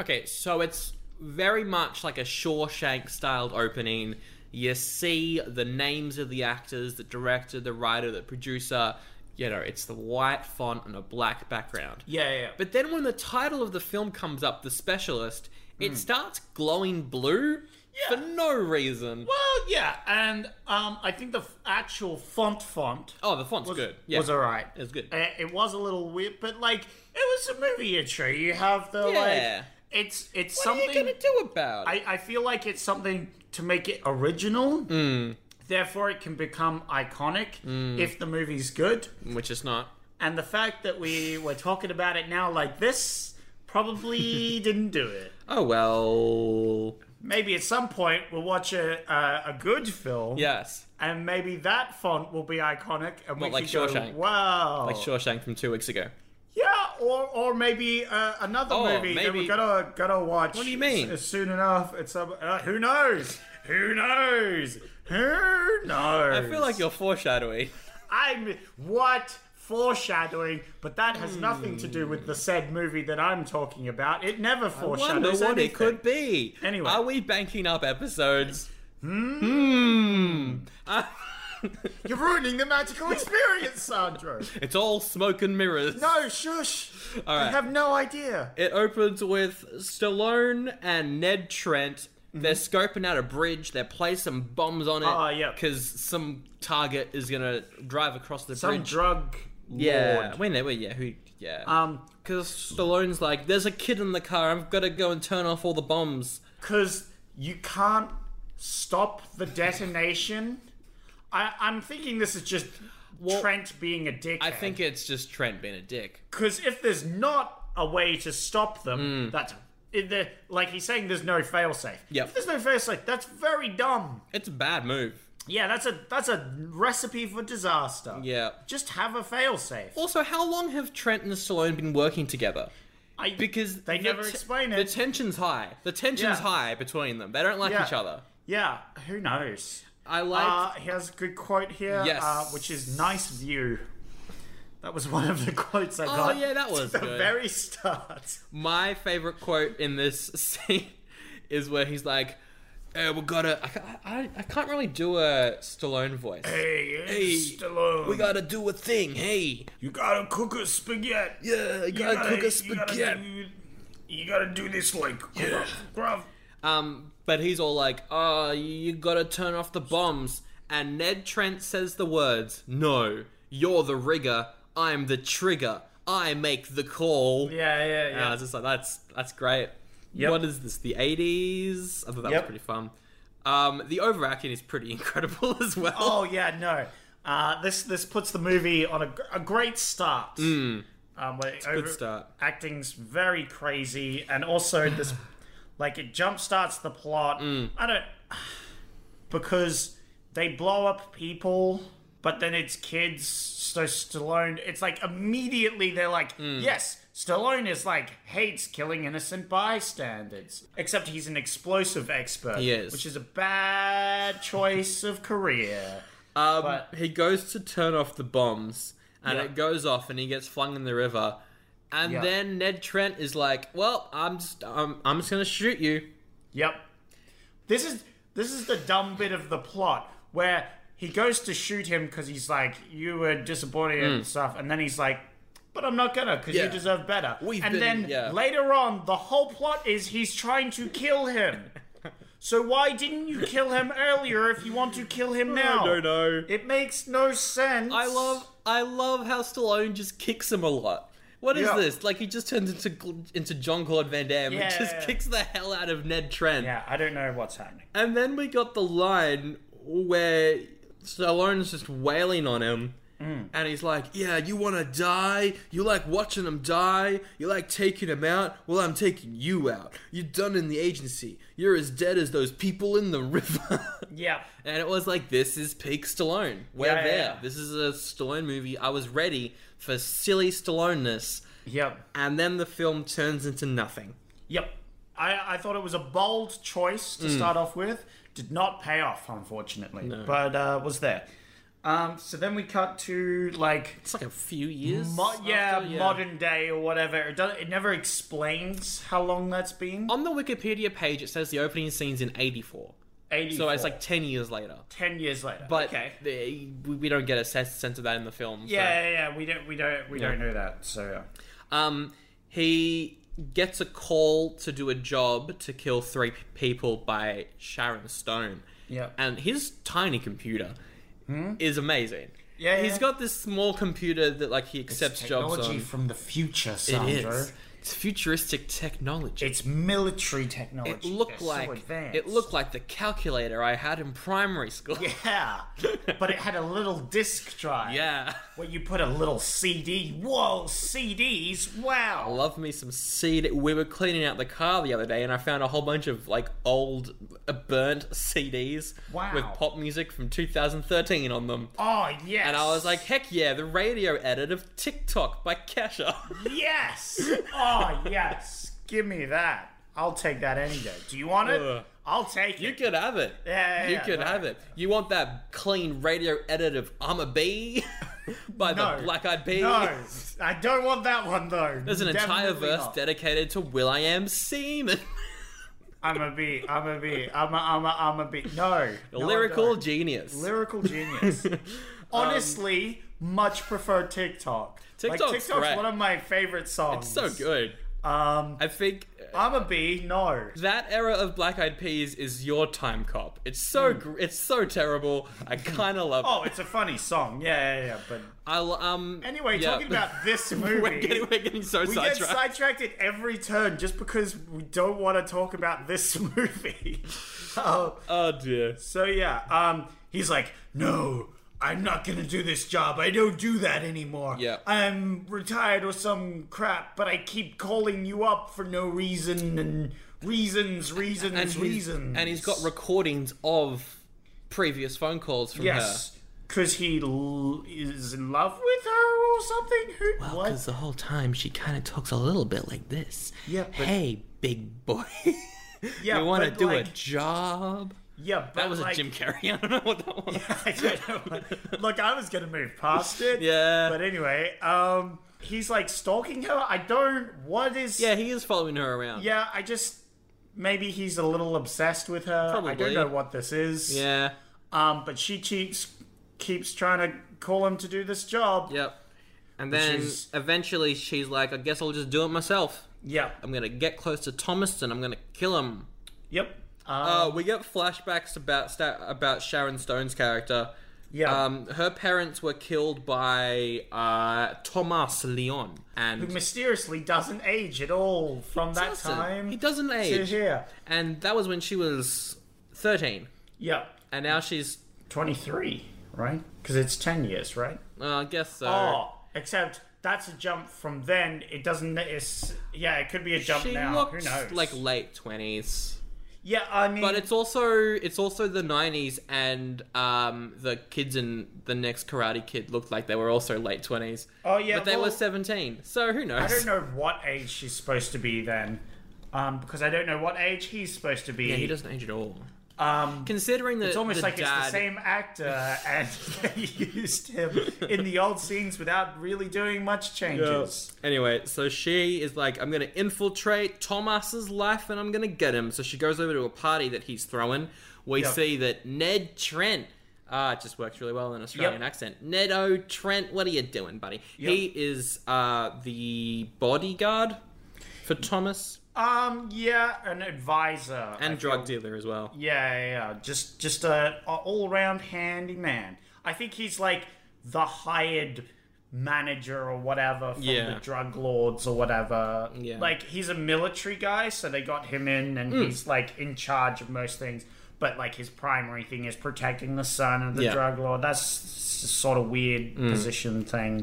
Speaker 3: Okay, so it's very much like a Shawshank styled opening. You see the names of the actors, the director, the writer, the producer. You know, it's the white font on a black background.
Speaker 2: Yeah, yeah. But
Speaker 3: But then when the title of the film comes up, The Specialist, it starts glowing blue
Speaker 2: Hmm. Yeah.
Speaker 3: for no reason.
Speaker 2: well, yeah, and um, I think the f- actual font font
Speaker 3: Oh, the font's good. Yeah.
Speaker 2: was alright.
Speaker 3: It was good.
Speaker 2: Uh, It was a little weird, but like it was a movie intro. You have the
Speaker 3: Yeah.
Speaker 2: like. It's it's
Speaker 3: what
Speaker 2: something.
Speaker 3: are you going to do about it?
Speaker 2: I, I feel like it's something to make it original.
Speaker 3: Mm.
Speaker 2: Therefore, it can become iconic if the movie's good.
Speaker 3: Which is not.
Speaker 2: And the fact that we were talking about it now like this probably didn't do it.
Speaker 3: Oh, well.
Speaker 2: Maybe at some point we'll watch a a, a good film,
Speaker 3: Yes.
Speaker 2: and maybe that font will be iconic, and we
Speaker 3: What, like
Speaker 2: can
Speaker 3: Shawshank?
Speaker 2: go, "Wow!"
Speaker 3: Like Shawshank from two weeks ago.
Speaker 2: yeah, or or maybe uh, another
Speaker 3: Oh,
Speaker 2: movie that
Speaker 3: maybe-
Speaker 2: we're gonna gonna watch. What
Speaker 3: do you mean?
Speaker 2: soon enough, it's some. Uh, who knows? Who knows? Who knows?
Speaker 3: I feel like you're foreshadowing.
Speaker 2: I'm what foreshadowing, but that has nothing to do with the said movie that I'm talking about. It never
Speaker 3: Hmm. Wonder
Speaker 2: foreshadows
Speaker 3: what
Speaker 2: anything.
Speaker 3: it could be.
Speaker 2: Anyway.
Speaker 3: are we banking up episodes?
Speaker 2: You're ruining the magical experience, Sandro.
Speaker 3: It's all smoke and mirrors.
Speaker 2: No, shush. You
Speaker 3: right.
Speaker 2: have no idea.
Speaker 3: It opens with Stallone and Ned Trent. They're scoping out a bridge. They place some bombs on it.
Speaker 2: Mm-hmm. Ah, yeah.
Speaker 3: Because some target is gonna drive across the
Speaker 2: Some
Speaker 3: bridge.
Speaker 2: drug
Speaker 3: yeah.
Speaker 2: lord.
Speaker 3: We know. Yeah. Who? Yeah.
Speaker 2: Um,
Speaker 3: Because Stallone's like, there's a kid in the car. I've got to go and turn off all the bombs.
Speaker 2: because you can't stop the detonation. I, I'm thinking this is just Trent being a dickhead.
Speaker 3: I think it's just Trent being a dick.
Speaker 2: because if there's not a way to stop them, that's it, the, like he's saying there's no failsafe.
Speaker 3: Hmm. Yep.
Speaker 2: If there's no failsafe, that's very dumb.
Speaker 3: It's a bad move.
Speaker 2: Yeah, that's a that's a recipe for disaster.
Speaker 3: Yeah.
Speaker 2: Just have a failsafe.
Speaker 3: Also, how long have Trent and Stallone been working together?
Speaker 2: I,
Speaker 3: Because
Speaker 2: they
Speaker 3: the
Speaker 2: never
Speaker 3: te-
Speaker 2: explain
Speaker 3: The
Speaker 2: it.
Speaker 3: tension's high. The tension's
Speaker 2: Yeah.
Speaker 3: high between them. They don't like
Speaker 2: Yeah.
Speaker 3: each other.
Speaker 2: yeah, who knows?
Speaker 3: I
Speaker 2: Uh,
Speaker 3: like.
Speaker 2: he has a good quote here,
Speaker 3: Yes.
Speaker 2: uh, which is nice view. That was one of the quotes I
Speaker 3: Oh,
Speaker 2: got.
Speaker 3: yeah, that
Speaker 2: to
Speaker 3: was
Speaker 2: the
Speaker 3: good.
Speaker 2: very start.
Speaker 3: my favorite quote in this scene is where he's like, eh, "We gotta." I, ca- I, I can't really do a Stallone voice.
Speaker 2: Hey, it's
Speaker 3: Hey,
Speaker 2: Stallone.
Speaker 3: We gotta do a thing. Hey,
Speaker 2: you gotta cook a spaghetti.
Speaker 3: yeah, you gotta, cook a spaghetti.
Speaker 2: do, you gotta do this like yeah. gruff.
Speaker 3: Um, but he's all like, "Oh, you gotta turn off the bombs." And Ned Trent says the words, "No, you're the rigger. I'm the trigger. I make the call."
Speaker 2: Yeah, yeah,
Speaker 3: And I was just like, that's that's great. What is this? The eighties? I thought that
Speaker 2: Yep.
Speaker 3: was pretty fun. Um, the overacting is pretty incredible as well.
Speaker 2: Oh yeah, no. Uh, this this puts the movie on a, a great start.
Speaker 3: Hmm.
Speaker 2: Um, where over-
Speaker 3: start.
Speaker 2: Acting's very crazy, and also this,
Speaker 3: Mm.
Speaker 2: like, it jump starts the plot. I don't because they blow up people, but then it's kids. So Stallone, it's like immediately they're like,
Speaker 3: Mm.
Speaker 2: yes, Stallone is like hates killing innocent bystanders. Except he's an explosive expert,
Speaker 3: He is.
Speaker 2: which is a bad choice of career.
Speaker 3: Um,
Speaker 2: But-
Speaker 3: he goes to turn off the bombs, and
Speaker 2: Yeah.
Speaker 3: it goes off, and he gets flung in the river. And
Speaker 2: Yeah.
Speaker 3: then Ned Trent is like, "Well, I'm just, I'm, I'm just gonna shoot you."
Speaker 2: Yep. This is this is the dumb bit of the plot where he goes to shoot him because he's like, "You were disappointed and stuff," and then he's like, "But I'm not gonna because
Speaker 3: Hmm. Yeah.
Speaker 2: you deserve better."
Speaker 3: We've
Speaker 2: and
Speaker 3: been-
Speaker 2: then
Speaker 3: yeah.
Speaker 2: later on, the whole plot is he's trying to kill him. so why didn't you kill him earlier if you want to kill him now?
Speaker 3: know.
Speaker 2: It makes no sense.
Speaker 3: I love, I love how Stallone just kicks him a lot. What is
Speaker 2: Yeah.
Speaker 3: this? Like he just turns into Gl- into John Claude Van Damme and
Speaker 2: Yeah.
Speaker 3: just kicks the hell out of Ned Trent.
Speaker 2: Yeah, I don't know what's happening.
Speaker 3: And then we got the line where Stallone's just wailing on him.
Speaker 2: Mm.
Speaker 3: And he's like, Yeah, you want to die? You like watching him die? You like taking him out? Well, I'm taking you out. You're done in the agency. You're as dead as those people in the river.
Speaker 2: Yeah.
Speaker 3: and it was like, This is peak Stallone. We're
Speaker 2: Yeah, yeah,
Speaker 3: there.
Speaker 2: yeah.
Speaker 3: This is a Stallone movie. I was ready for silly Stalloneness.
Speaker 2: Yep.
Speaker 3: And then the film turns into nothing.
Speaker 2: Yep. I, I thought it was a bold choice
Speaker 3: Mm.
Speaker 2: to start off with. Did not pay off, unfortunately, but uh, was there. Um, so then we cut to like
Speaker 3: It's like a few years.
Speaker 2: mo- yeah,
Speaker 3: after,
Speaker 2: modern day or whatever. It, does, it never explains how long that's been.
Speaker 3: On the Wikipedia page, it says the opening scene's in 84.
Speaker 2: 84,
Speaker 3: So it's like 10 years later.
Speaker 2: ten years later.
Speaker 3: But
Speaker 2: okay,
Speaker 3: they- we we don't get a sense sense of that in the film. so-
Speaker 2: yeah, yeah, yeah, we don't, we don't, we don't know that. So
Speaker 3: Um, he gets a call to do a job to kill three p- people by Sharon Stone.
Speaker 2: Yeah. Hmm?
Speaker 3: And his tiny computer is amazing.
Speaker 2: Yeah,
Speaker 3: He's
Speaker 2: yeah.
Speaker 3: got this small computer that like he accepts jobs
Speaker 2: technology
Speaker 3: on.
Speaker 2: from the future,
Speaker 3: it
Speaker 2: Sandro.
Speaker 3: is. It's futuristic technology.
Speaker 2: It's military technology.
Speaker 3: it
Speaker 2: They're
Speaker 3: looked
Speaker 2: so
Speaker 3: like
Speaker 2: advanced.
Speaker 3: it looked like the calculator I had in primary school.
Speaker 2: yeah, but it had a little disk drive.
Speaker 3: Yeah.
Speaker 2: Well, you put a little CD. Whoa, CDs! Wow.
Speaker 3: Love me some CD. We were cleaning out the car the other day, and I found a whole bunch of like old, uh, burnt CDs
Speaker 2: Wow.
Speaker 3: with pop music from 2013 on them.
Speaker 2: Oh yes.
Speaker 3: And I was like, heck yeah, the radio edit of TikTok by Kesha.
Speaker 2: yes. Oh yes. Give me that. I'll take that any day. Do you want it?
Speaker 3: Ugh.
Speaker 2: I'll take
Speaker 3: you
Speaker 2: it.
Speaker 3: could have it.
Speaker 2: Yeah, yeah,
Speaker 3: you
Speaker 2: yeah,
Speaker 3: could
Speaker 2: no.
Speaker 3: have it. You want that clean radio edit of I'm a Bee by
Speaker 2: No.
Speaker 3: the Black Eyed Peas?
Speaker 2: No, I don't want that one though.
Speaker 3: There's an entire
Speaker 2: Definitely
Speaker 3: verse
Speaker 2: not.
Speaker 3: dedicated to Will I Am Seaman,
Speaker 2: I'm a bee. I'm a bee. I'm a. I'm a. I'm a bee. No. No, I
Speaker 3: lyrical
Speaker 2: don't.
Speaker 3: genius. Um,
Speaker 2: Lyrical genius. Honestly, much prefer TikTok. like,
Speaker 3: TikTok's
Speaker 2: TikTok's
Speaker 3: great.
Speaker 2: one of my favorite songs.
Speaker 3: so good.
Speaker 2: Um,
Speaker 3: I think
Speaker 2: I'm a bee. No.
Speaker 3: That era of Black Eyed Peas is your time cop. It's so gr- it's so terrible. I kind of love
Speaker 2: Hmm. Oh,
Speaker 3: it.
Speaker 2: it's a funny song. Yeah, yeah, yeah. But
Speaker 3: I l- um
Speaker 2: anyway,
Speaker 3: yeah.
Speaker 2: talking about this movie,
Speaker 3: we're getting we're getting so
Speaker 2: we get
Speaker 3: sidetracked.
Speaker 2: sidetracked at every turn just because we don't want to talk about this movie. oh,
Speaker 3: oh dear.
Speaker 2: so yeah, um, he's like, no. I'm not gonna do this job. I don't do that anymore.
Speaker 3: Yeah.
Speaker 2: I'm retired or some crap, but I keep calling you up for no reason and reasons, reasons,
Speaker 3: And he's-
Speaker 2: reasons.
Speaker 3: and he's got recordings of previous phone calls from
Speaker 2: yes, because he l- is in love with her or something. Who?
Speaker 3: her.
Speaker 2: what?
Speaker 3: Because the whole time she kind of talks a little bit like this.
Speaker 2: Yeah, but-
Speaker 3: Hey, big boy.
Speaker 2: Yeah,
Speaker 3: you want to
Speaker 2: but,
Speaker 3: do a
Speaker 2: like-
Speaker 3: job?
Speaker 2: Yeah, but
Speaker 3: That was
Speaker 2: like,
Speaker 3: a Jim Carrey. I don't know what that was.
Speaker 2: I don't know. Look, I was gonna move past it.
Speaker 3: Yeah.
Speaker 2: But anyway, um, he's like stalking her. I don't. What is?
Speaker 3: yeah, he is following her around.
Speaker 2: Yeah. I just maybe he's a little obsessed with her. I don't
Speaker 3: Probably.
Speaker 2: know what this is.
Speaker 3: Yeah.
Speaker 2: Um, but she keeps keeps trying to call him to do this job.
Speaker 3: Yep. And then
Speaker 2: is-
Speaker 3: eventually she's like, I guess I'll just do it myself.
Speaker 2: Yep.
Speaker 3: I'm gonna get close to Thomaston. I'm gonna kill him.
Speaker 2: Yep. Uh,
Speaker 3: Uh, we get flashbacks about sta- about Sharon Stone's character.
Speaker 2: Yeah.
Speaker 3: Um, her parents were killed by uh, Thomas Leon, and
Speaker 2: who mysteriously doesn't age at all from that
Speaker 3: doesn't.
Speaker 2: time.
Speaker 3: he doesn't
Speaker 2: to
Speaker 3: age.
Speaker 2: here.
Speaker 3: And that was when she was thirteen,
Speaker 2: Yep.
Speaker 3: and now she's,
Speaker 2: Twenty three. Right. Because it's ten years. Right.
Speaker 3: uh, I guess so.
Speaker 2: Oh, except that's a jump from then. It doesn't. It's yeah. It could be a jump
Speaker 3: she
Speaker 2: now. Who
Speaker 3: looks
Speaker 2: knows?
Speaker 3: like late twenties.
Speaker 2: Yeah, I mean,
Speaker 3: But it's also it's also the '90s, and um, the kids in the next Karate Kid looked like they were also late twenties.
Speaker 2: Oh, yeah,
Speaker 3: but they
Speaker 2: well-
Speaker 3: were seventeen. So who knows?
Speaker 2: I don't know what age she's supposed to be then, um, because I don't know what age he's supposed to be.
Speaker 3: Yeah, he doesn't age at all.
Speaker 2: Um,
Speaker 3: Considering that
Speaker 2: it's almost
Speaker 3: the
Speaker 2: like
Speaker 3: dad,
Speaker 2: it's the same actor, and they used him in the old scenes without really doing much changes.
Speaker 3: Anyway, so she is like, I'm gonna infiltrate Thomas's life and I'm gonna get him. So she goes over to a party that he's throwing. We
Speaker 2: Yep.
Speaker 3: see that Ned Trent. Ah, it just works really well in an Australian
Speaker 2: Yep.
Speaker 3: accent. Ned O. Trent, what are you doing, buddy?
Speaker 2: Yep.
Speaker 3: He is uh, the bodyguard for Thomas
Speaker 2: Um, yeah, an advisor
Speaker 3: and
Speaker 2: I
Speaker 3: drug
Speaker 2: feel.
Speaker 3: dealer as well.
Speaker 2: Yeah, yeah, yeah. just just a, a all round handy man. I think he's like the hired manager or whatever from
Speaker 3: Yeah.
Speaker 2: the drug lords or whatever.
Speaker 3: Yeah. Hmm.
Speaker 2: Like he's a military guy, so they got him in, and he's like in charge of most things. But like his primary thing is protecting the son of the
Speaker 3: Yeah. Hmm.
Speaker 2: drug lord. That's s- s- sort of weird position thing.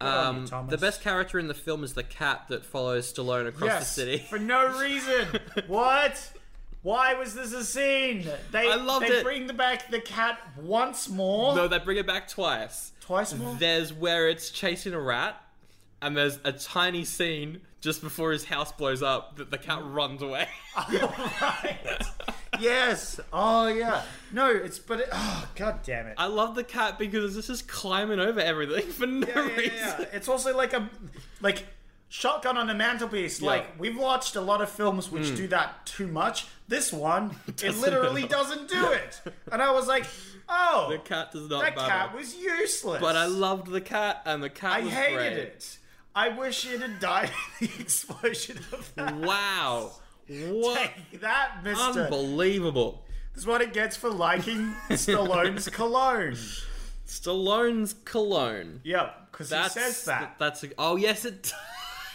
Speaker 2: Good on you,
Speaker 3: Um,
Speaker 2: Thomas.
Speaker 3: the best character in the film is the cat that follows Stallone across
Speaker 2: Yes,
Speaker 3: the city.
Speaker 2: for no reason. what? Why was this a scene? They
Speaker 3: I loved
Speaker 2: they
Speaker 3: it.
Speaker 2: bring the back the cat once more,
Speaker 3: no, they bring it back twice.
Speaker 2: twice more.
Speaker 3: There's where it's chasing a rat, and there's a tiny scene just before his house blows up that the cat
Speaker 2: Mm.
Speaker 3: runs away.
Speaker 2: Right. yes. Oh yeah. No, it's but it, oh god damn it.
Speaker 3: I love the cat because it's just climbing over everything for no
Speaker 2: yeah, yeah,
Speaker 3: reason.
Speaker 2: yeah. It's also like a like shotgun on the mantelpiece. Like we've watched a lot of films which do that too much. This one, it literally
Speaker 3: Hmm. at all.
Speaker 2: doesn't do it. And I was like, oh,
Speaker 3: The cat does not
Speaker 2: that
Speaker 3: bother.
Speaker 2: cat was useless.
Speaker 3: but I loved the cat, and the cat
Speaker 2: I
Speaker 3: was
Speaker 2: hated
Speaker 3: great.
Speaker 2: it. I wish it had died in the explosion of that.
Speaker 3: Wow. What?
Speaker 2: Take that, mister.
Speaker 3: Unbelievable.
Speaker 2: That's what it gets for liking Stallone's cologne.
Speaker 3: Stallone's cologne.
Speaker 2: Yep, because he
Speaker 3: That's,
Speaker 2: says that.
Speaker 3: That's a, oh yes, it. does.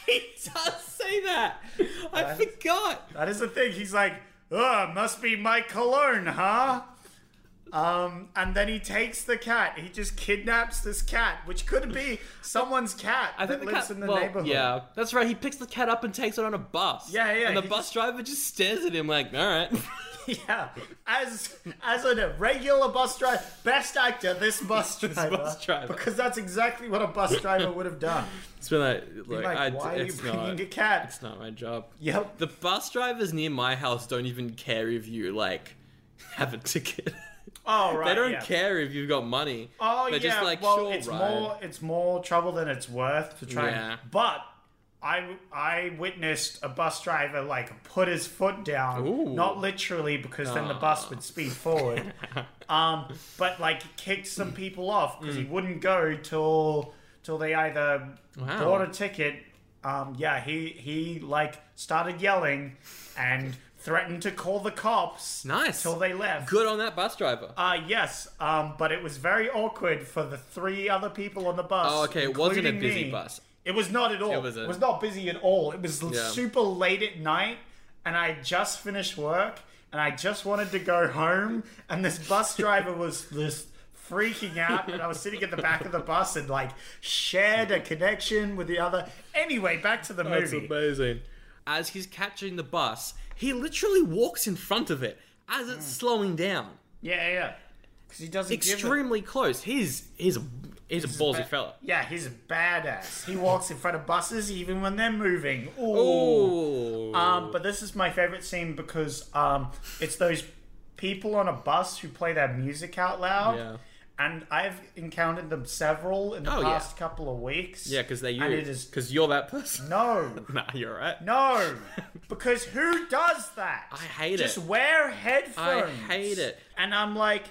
Speaker 3: it does say that. I forgot.
Speaker 2: That is the thing. He's like, oh, must be my cologne, huh? Um, and then he takes the cat. He just kidnaps this cat, which could be someone's cat
Speaker 3: I
Speaker 2: that
Speaker 3: think the
Speaker 2: lives
Speaker 3: cat,
Speaker 2: in the
Speaker 3: well,
Speaker 2: neighborhood.
Speaker 3: Yeah, that's right. He picks the cat up and takes it on a bus.
Speaker 2: Yeah, yeah,
Speaker 3: And the
Speaker 2: he
Speaker 3: bus
Speaker 2: just-
Speaker 3: driver just stares at him like, "All right."
Speaker 2: Yeah, as as a regular bus driver, best actor, this bus driver,
Speaker 3: bus driver.
Speaker 2: because that's exactly what a bus driver would have done.
Speaker 3: it's been like, like,
Speaker 2: Like,
Speaker 3: I,
Speaker 2: why are you
Speaker 3: it's
Speaker 2: bringing
Speaker 3: not,
Speaker 2: a cat?
Speaker 3: it's not my job.
Speaker 2: Yep.
Speaker 3: The bus drivers near my house don't even care if you like have a ticket.
Speaker 2: oh right.
Speaker 3: they don't
Speaker 2: yeah.
Speaker 3: care if you've got money.
Speaker 2: Oh
Speaker 3: They're
Speaker 2: yeah.
Speaker 3: just like,
Speaker 2: well,
Speaker 3: sure,
Speaker 2: it's
Speaker 3: ride."
Speaker 2: more it's more trouble than it's worth to try.
Speaker 3: Yeah.
Speaker 2: And, but I I witnessed a bus driver like put his foot down,
Speaker 3: Ooh. Oh.
Speaker 2: not literally because then the bus would speed forward, um, but like kicked some people off because he
Speaker 3: Mm.
Speaker 2: wouldn't go till till they either
Speaker 3: Wow.
Speaker 2: bought a ticket. Um, yeah, he he like started yelling and threatened to call the cops
Speaker 3: Nice.
Speaker 2: till they left.
Speaker 3: Good on that bus driver.
Speaker 2: Uh, yes, um, but it was very awkward for the three other people on the bus.
Speaker 3: Oh, okay, it wasn't a
Speaker 2: including
Speaker 3: busy
Speaker 2: me.
Speaker 3: bus.
Speaker 2: It was not at all. It was,
Speaker 3: wasn't.
Speaker 2: not busy at all. It was l-
Speaker 3: Yeah.
Speaker 2: super late at night, and I just finished work, and I just wanted to go home, and this bus driver was just freaking out, and I was sitting at the back of the bus and like shared a connection with the other. Anyway, back to the
Speaker 3: That's
Speaker 2: movie.
Speaker 3: amazing. As he's catching the bus, he literally walks in front of it as it's
Speaker 2: Mm.
Speaker 3: slowing down.
Speaker 2: Yeah, yeah, yeah. Because he doesn't give a
Speaker 3: Extremely close. He's he's a he's a ballsy fella.
Speaker 2: Yeah, he's a badass. He walks in front of buses even when they're moving. Ooh.
Speaker 3: Oh,
Speaker 2: Um, but this is my favorite scene because um, it's those people on a bus who play their music out loud.
Speaker 3: Yeah.
Speaker 2: And I've encountered them several in the
Speaker 3: Oh, yeah.
Speaker 2: past couple of weeks.
Speaker 3: yeah, because they
Speaker 2: And it
Speaker 3: you
Speaker 2: is
Speaker 3: because you're that person.
Speaker 2: no,
Speaker 3: Nah, you're right.
Speaker 2: no, because who does that? I
Speaker 3: hate
Speaker 2: Just
Speaker 3: it.
Speaker 2: Just wear headphones.
Speaker 3: I hate it.
Speaker 2: And I'm like,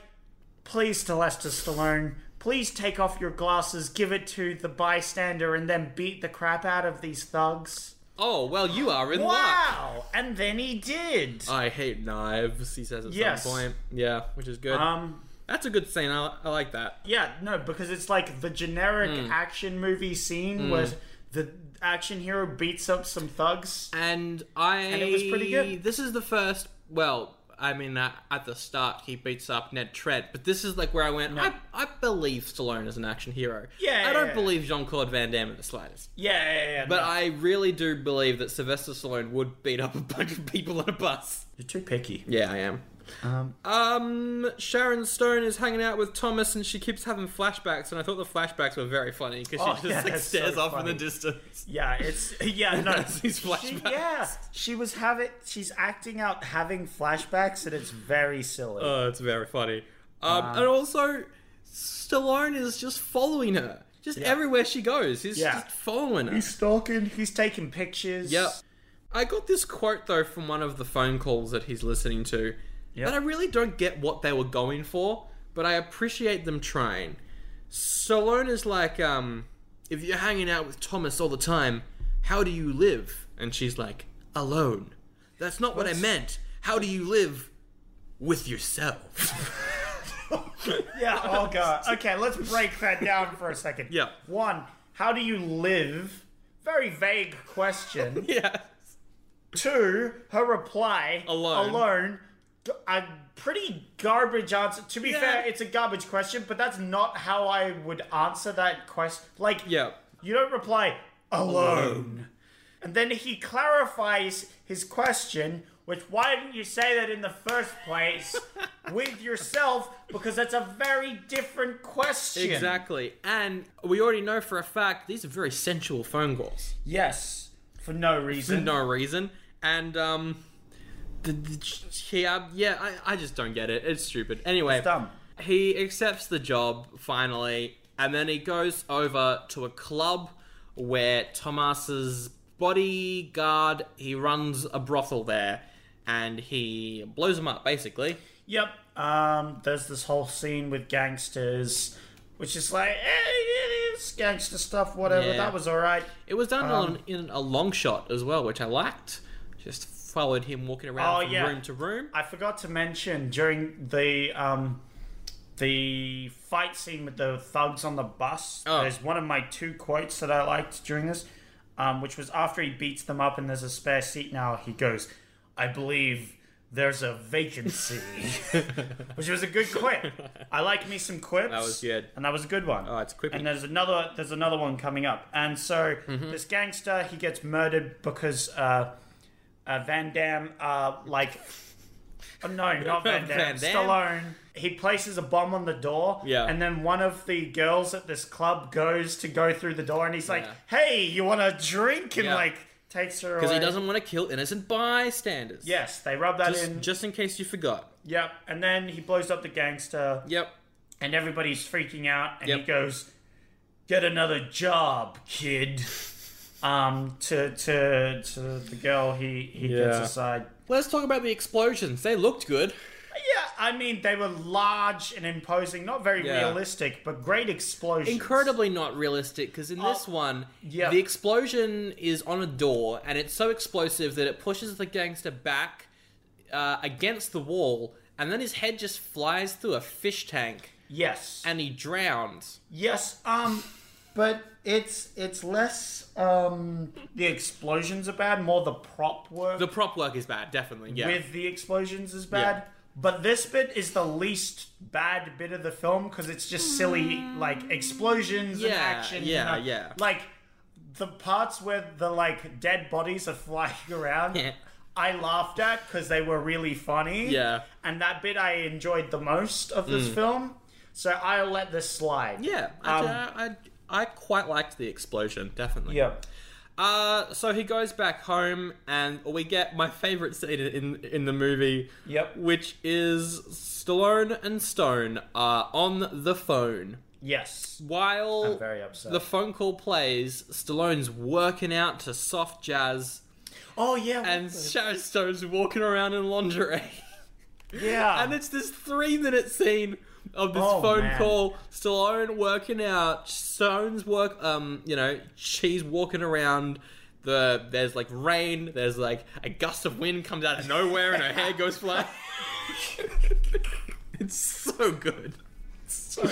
Speaker 2: please, Sylvester Stallone, please take off your glasses, give it to the bystander, and then beat the crap out of these thugs.
Speaker 3: Oh well, you are in luck.
Speaker 2: Wow! And then he did.
Speaker 3: I hate knives. He says at
Speaker 2: Yes.
Speaker 3: some point. Yeah, which is good.
Speaker 2: um.
Speaker 3: That's a good scene. I, I like that.
Speaker 2: Yeah, no, because it's like the generic
Speaker 3: Hmm.
Speaker 2: action movie scene where the action hero beats up some thugs.
Speaker 3: And I
Speaker 2: it was pretty good.
Speaker 3: This is the first. Well, I mean, uh, at the start, he beats up Ned Trent, but this is like where I went. I, I believe Stallone is an action hero.
Speaker 2: Yeah,
Speaker 3: I don't
Speaker 2: yeah, yeah.
Speaker 3: believe Jean Claude Van Damme in the slightest.
Speaker 2: Yeah, yeah, yeah. no.
Speaker 3: But I really do believe that Sylvester Stallone would beat up a bunch of people on a bus.
Speaker 2: you're too picky.
Speaker 3: Yeah, I am.
Speaker 2: Um,
Speaker 3: Um, Sharon Stone is hanging out with Thomas, and she keeps having flashbacks. And I thought the flashbacks were very funny because
Speaker 2: Oh,
Speaker 3: she just
Speaker 2: yeah,
Speaker 3: like
Speaker 2: that's so
Speaker 3: stares off in
Speaker 2: funny.
Speaker 3: the distance.
Speaker 2: Yeah, it's yeah, no.
Speaker 3: These
Speaker 2: She,
Speaker 3: flashbacks.
Speaker 2: yeah, she was having. She's acting out having flashbacks, and it's very silly.
Speaker 3: Oh, it's very funny. Um, and also, Stallone is just following her. Just everywhere she goes, he's
Speaker 2: Yeah.
Speaker 3: just following her.
Speaker 2: stalking. He's taking pictures.
Speaker 3: Yep. I got this quote though from one of the phone calls that he's listening to,
Speaker 2: Yep.
Speaker 3: and I really don't get what they were going for, but I appreciate them trying. Stallone is like, um, if you're hanging out with Thomas all the time, how do you live? And she's like, alone. That's not what I meant. How do you live with yourself?
Speaker 2: Yeah. Oh god. Okay, let's break that down for a second.
Speaker 3: Yeah.
Speaker 2: One. How do you live? Very vague question.
Speaker 3: yeah.
Speaker 2: Two. Her reply.
Speaker 3: Alone.
Speaker 2: Alone. g- A pretty garbage answer. To be
Speaker 3: Yeah.
Speaker 2: fair, it's a garbage question, but that's not how I would answer that question. Like.
Speaker 3: Yeah.
Speaker 2: You don't reply alone. And then he clarifies his question, which why didn't you say that in the first place with yourself? Because that's a very different question.
Speaker 3: Exactly. And we already know for a fact these are very sensual phone calls.
Speaker 2: Yes. For no
Speaker 3: for
Speaker 2: reason.
Speaker 3: no reason. And um, the, the, he, uh, yeah, I, I just don't get it. It's stupid. Anyway,
Speaker 2: It's dumb.
Speaker 3: he accepts the job finally, and then he goes over to a club where Tomas's bodyguard he runs a brothel there, and he blows him up basically.
Speaker 2: Yep. Um, there's this whole scene with gangsters, which is like, eh, yeah, it's gangster stuff, whatever.
Speaker 3: Yeah.
Speaker 2: That was alright.
Speaker 3: It was done
Speaker 2: Um,
Speaker 3: in, in a long shot as well, which I liked. Just followed him walking around
Speaker 2: Oh,
Speaker 3: from
Speaker 2: yeah.
Speaker 3: room to room.
Speaker 2: I forgot to mention during the um, the fight scene with the thugs on the bus.
Speaker 3: Oh.
Speaker 2: There's one of my two quotes that I liked during this, um, which was after he beats them up and there's a spare seat now. He goes, "I believe there's a vacancy," which was a good quip. I like me some quips. That
Speaker 3: was good.
Speaker 2: and that was a good one.
Speaker 3: Oh, it's quippy. Mm-hmm.
Speaker 2: And there's another there's another one coming up. And so this gangster he gets murdered because uh, uh, Van Damme uh, like oh, no not Van Damme,
Speaker 3: Van Damme.
Speaker 2: Stallone he places a bomb on the door.
Speaker 3: Yeah.
Speaker 2: And then one of the girls at this club goes to go through the door and he's like, "Hey, you want a drink?" and
Speaker 3: Yeah.
Speaker 2: like takes her away.
Speaker 3: Because he doesn't want to kill innocent bystanders.
Speaker 2: Yes, they rub that
Speaker 3: Just,
Speaker 2: in.
Speaker 3: just in case you forgot.
Speaker 2: Yep. And then he blows up the gangster.
Speaker 3: Yep.
Speaker 2: and everybody's freaking out and he
Speaker 3: Yep.
Speaker 2: goes get another job kid um to to to the girl he he gets
Speaker 3: Yeah.
Speaker 2: aside
Speaker 3: Let's talk about the explosions. They looked good.
Speaker 2: yeah i mean they were large and imposing not very
Speaker 3: Yeah.
Speaker 2: realistic but great explosions
Speaker 3: Incredibly not realistic because in this one,
Speaker 2: yeah.
Speaker 3: the explosion is on a door and it's so explosive that it pushes the gangster back uh, against the wall, and then his head just flies through a fish tank
Speaker 2: yes
Speaker 3: and he drowns.
Speaker 2: yes um but it's it's less um the explosions are bad more the prop work
Speaker 3: The prop work is bad, definitely. Yeah.
Speaker 2: with the explosions is bad. But this bit is the least bad bit of the film because it's just silly, like explosions and
Speaker 3: Yeah,
Speaker 2: action. you
Speaker 3: yeah,
Speaker 2: know?
Speaker 3: yeah.
Speaker 2: Like the parts where the like dead bodies are flying around,
Speaker 3: Yeah.
Speaker 2: I laughed at because they were really funny.
Speaker 3: Yeah. Mm.
Speaker 2: and that bit I enjoyed the most of this film. So I'll let this slide. Um,
Speaker 3: yeah. I, I, I, I quite liked the explosion, definitely.
Speaker 2: yeah.
Speaker 3: Uh, so he goes back home, and we get my favorite scene in in the movie.
Speaker 2: Yep.
Speaker 3: Which is Stallone and Stone are on the phone
Speaker 2: Yes.
Speaker 3: while
Speaker 2: I'm very upset.
Speaker 3: the phone call plays. Stallone's working out to soft jazz,
Speaker 2: Oh yeah.
Speaker 3: and Sharon Stone's walking around in lingerie.
Speaker 2: yeah.
Speaker 3: And it's this three minute scene of this
Speaker 2: Oh,
Speaker 3: phone
Speaker 2: man.
Speaker 3: call. Stallone working out. Stone's work. Um, you know, she's walking around. The there's like rain. There's like a gust of wind comes out of nowhere, and her hair goes flying. it's so good. It's so.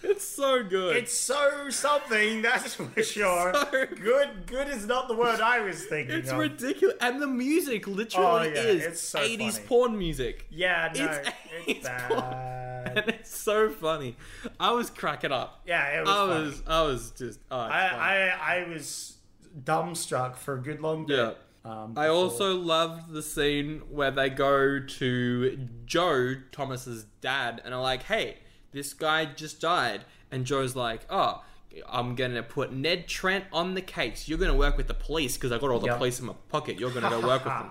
Speaker 3: It's so good.
Speaker 2: It's so something, that's for sure.
Speaker 3: so-
Speaker 2: Good, good is not the word I was thinking.
Speaker 3: It's
Speaker 2: of.
Speaker 3: ridiculous, and the music literally
Speaker 2: Oh, yeah,
Speaker 3: is
Speaker 2: it's so
Speaker 3: 80s
Speaker 2: funny.
Speaker 3: porn music.
Speaker 2: Yeah, no,
Speaker 3: It's-
Speaker 2: it's,
Speaker 3: it's
Speaker 2: bad.
Speaker 3: and it's so funny. I was cracking up.
Speaker 2: Yeah, it was.
Speaker 3: I
Speaker 2: funny.
Speaker 3: was, I was just, oh, it's
Speaker 2: I,
Speaker 3: funny.
Speaker 2: I, I was dumbstruck for a good long
Speaker 3: yeah.
Speaker 2: bit. Um,
Speaker 3: I also loved the scene where they go to Joe, Thomas's dad, and are like, "Hey, this guy just died," and Joe's like, "Oh." I'm gonna put Ned Trent on the case. You're gonna work with the police because I got all the
Speaker 2: Yep.
Speaker 3: police in my pocket. You're gonna go work with them.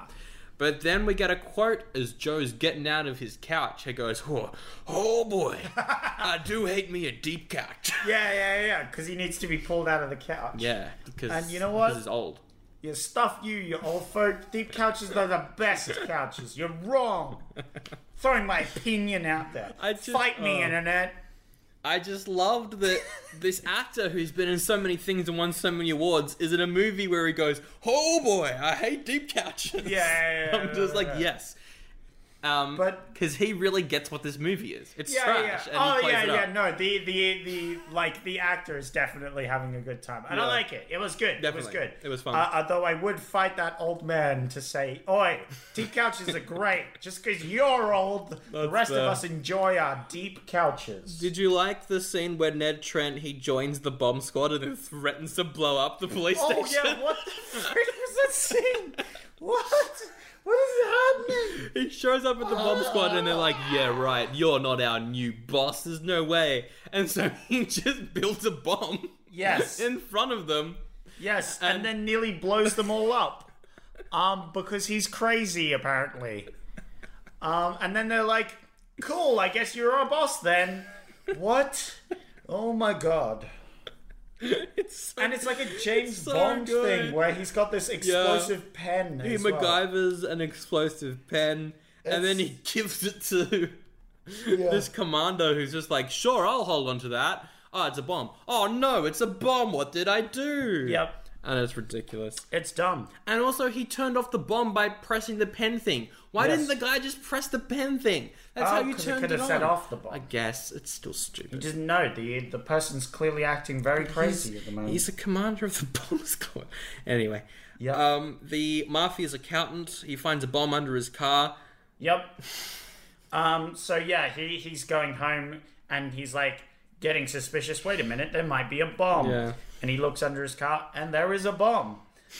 Speaker 3: But then we get a quote as Joe's getting out of his couch. He goes, "Oh, oh boy, I do hate me a deep couch."
Speaker 2: Yeah, yeah, yeah, because he needs to be pulled out of the couch.
Speaker 3: Yeah, because
Speaker 2: And you know what?
Speaker 3: This is old.
Speaker 2: You stuff you, you old folk. Deep couches are the best couches. You're wrong. Throwing my opinion out there.
Speaker 3: I just-
Speaker 2: Fight me,
Speaker 3: oh.
Speaker 2: internet.
Speaker 3: I just loved that this actor who's been in so many things and won so many awards is in a movie where he goes, "Oh boy, I hate deep couches."
Speaker 2: Yeah, yeah, yeah,
Speaker 3: I'm just
Speaker 2: yeah,
Speaker 3: like,
Speaker 2: yeah.
Speaker 3: yes. Um,
Speaker 2: But-
Speaker 3: because he really gets what this movie is. It's trash.
Speaker 2: yeah.
Speaker 3: And he
Speaker 2: oh
Speaker 3: plays
Speaker 2: yeah,
Speaker 3: it
Speaker 2: yeah.
Speaker 3: up.
Speaker 2: No, the the the like the actor is definitely having a good time, and
Speaker 3: Yeah.
Speaker 2: I like it. It was good. It was
Speaker 3: Definitely.
Speaker 2: good.
Speaker 3: It was fun.
Speaker 2: Uh, although I would fight that old man to say, "Oi, deep couches are great. Just because you're old, the
Speaker 3: That's uh,
Speaker 2: rest
Speaker 3: fair.
Speaker 2: of us enjoy our deep couches."
Speaker 3: Did you like the scene where Ned Trent he joins the bomb squad and then threatens to blow up the police
Speaker 2: oh
Speaker 3: station?
Speaker 2: yeah, what the frick was that scene? What? What is happening?
Speaker 3: He shows up at the bomb squad and they're like, "Yeah, right. You're not our new boss. There's no way." And so he just builds a bomb.
Speaker 2: Yes.
Speaker 3: In front of them.
Speaker 2: Yes, and, then nearly blows them all up. Um, because he's crazy apparently. Um, and then they're like, "Cool, I guess you're our boss then." What? Oh my god!
Speaker 3: It's so
Speaker 2: And it's like a James
Speaker 3: So
Speaker 2: Bond
Speaker 3: good.
Speaker 2: thing where he's got this explosive pen.
Speaker 3: he
Speaker 2: as well.
Speaker 3: MacGyver's an explosive pen, and then he gives it to this commando who's just like, "Sure, I'll hold on to that." Oh, it's a bomb. Oh no, it's a bomb. What did I do?
Speaker 2: Yep,
Speaker 3: And it's ridiculous.
Speaker 2: it's dumb.
Speaker 3: And also, he turned off the bomb by pressing the pen thing. Why
Speaker 2: Yes.
Speaker 3: didn't the guy just press the pen thing? That's
Speaker 2: Oh,
Speaker 3: how you
Speaker 2: 'cause he
Speaker 3: turned
Speaker 2: could
Speaker 3: it
Speaker 2: have set
Speaker 3: on.
Speaker 2: off the bomb.
Speaker 3: I guess it's still stupid.
Speaker 2: Didn't know the the person's clearly acting very crazy at the moment.
Speaker 3: He's the commander of the bomb squad. Anyway,
Speaker 2: Yeah.
Speaker 3: Um, the mafia's accountant. He finds a bomb under his car.
Speaker 2: Yep. Um, so yeah, he, he's going home and he's like getting suspicious. Wait a minute, there might be a bomb.
Speaker 3: Yeah.
Speaker 2: And he looks under his car and there is a bomb.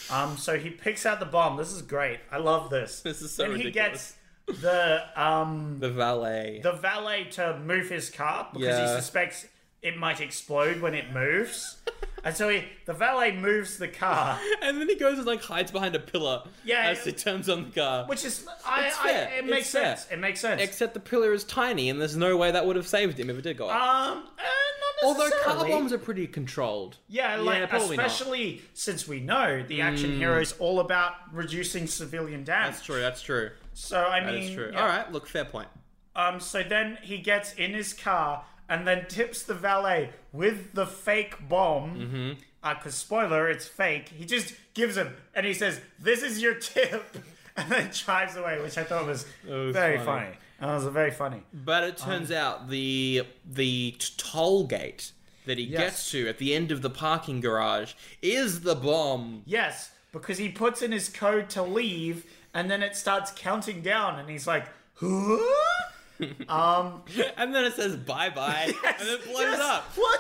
Speaker 2: Um, so he picks out the bomb. This is great. I love this.
Speaker 3: This is so
Speaker 2: And
Speaker 3: ridiculous.
Speaker 2: he gets the um
Speaker 3: The valet.
Speaker 2: the valet to move his car because
Speaker 3: Yeah.
Speaker 2: he suspects it might explode when it moves. and so he, the valet moves the car.
Speaker 3: and then he goes and like hides behind a pillar.
Speaker 2: Yeah,
Speaker 3: As he
Speaker 2: it-
Speaker 3: turns on the car.
Speaker 2: Which is I,
Speaker 3: It's
Speaker 2: I
Speaker 3: fair.
Speaker 2: it
Speaker 3: It's
Speaker 2: makes
Speaker 3: fair.
Speaker 2: sense. It makes sense.
Speaker 3: Except the pillar is tiny, and there's no way that would have saved him if it did go up.
Speaker 2: um eh, not
Speaker 3: Although car
Speaker 2: necessarily.
Speaker 3: bombs are pretty controlled.
Speaker 2: Yeah, like
Speaker 3: probably not. Hmm.
Speaker 2: especially since we know the action hero is all about reducing civilian damage.
Speaker 3: That's true. That's true.
Speaker 2: So I mean,
Speaker 3: That's true.
Speaker 2: yeah.
Speaker 3: All right. Look, fair point.
Speaker 2: Um, so then he gets in his car and then tips the valet with the fake bomb. Mm-hmm. Cause spoiler, it's fake. He just gives him and he says, "This is your tip," and then drives away, which I thought was,
Speaker 3: was
Speaker 2: very
Speaker 3: funny.
Speaker 2: funny. That was very funny.
Speaker 3: But it turns out the the t- toll gate that he gets to at the end of the parking garage is the bomb.
Speaker 2: Yes, because he puts in his code to leave, and then it starts counting down, and he's like, "Huh."
Speaker 3: And then it says bye bye, and it blows
Speaker 2: Yes.
Speaker 3: up.
Speaker 2: What?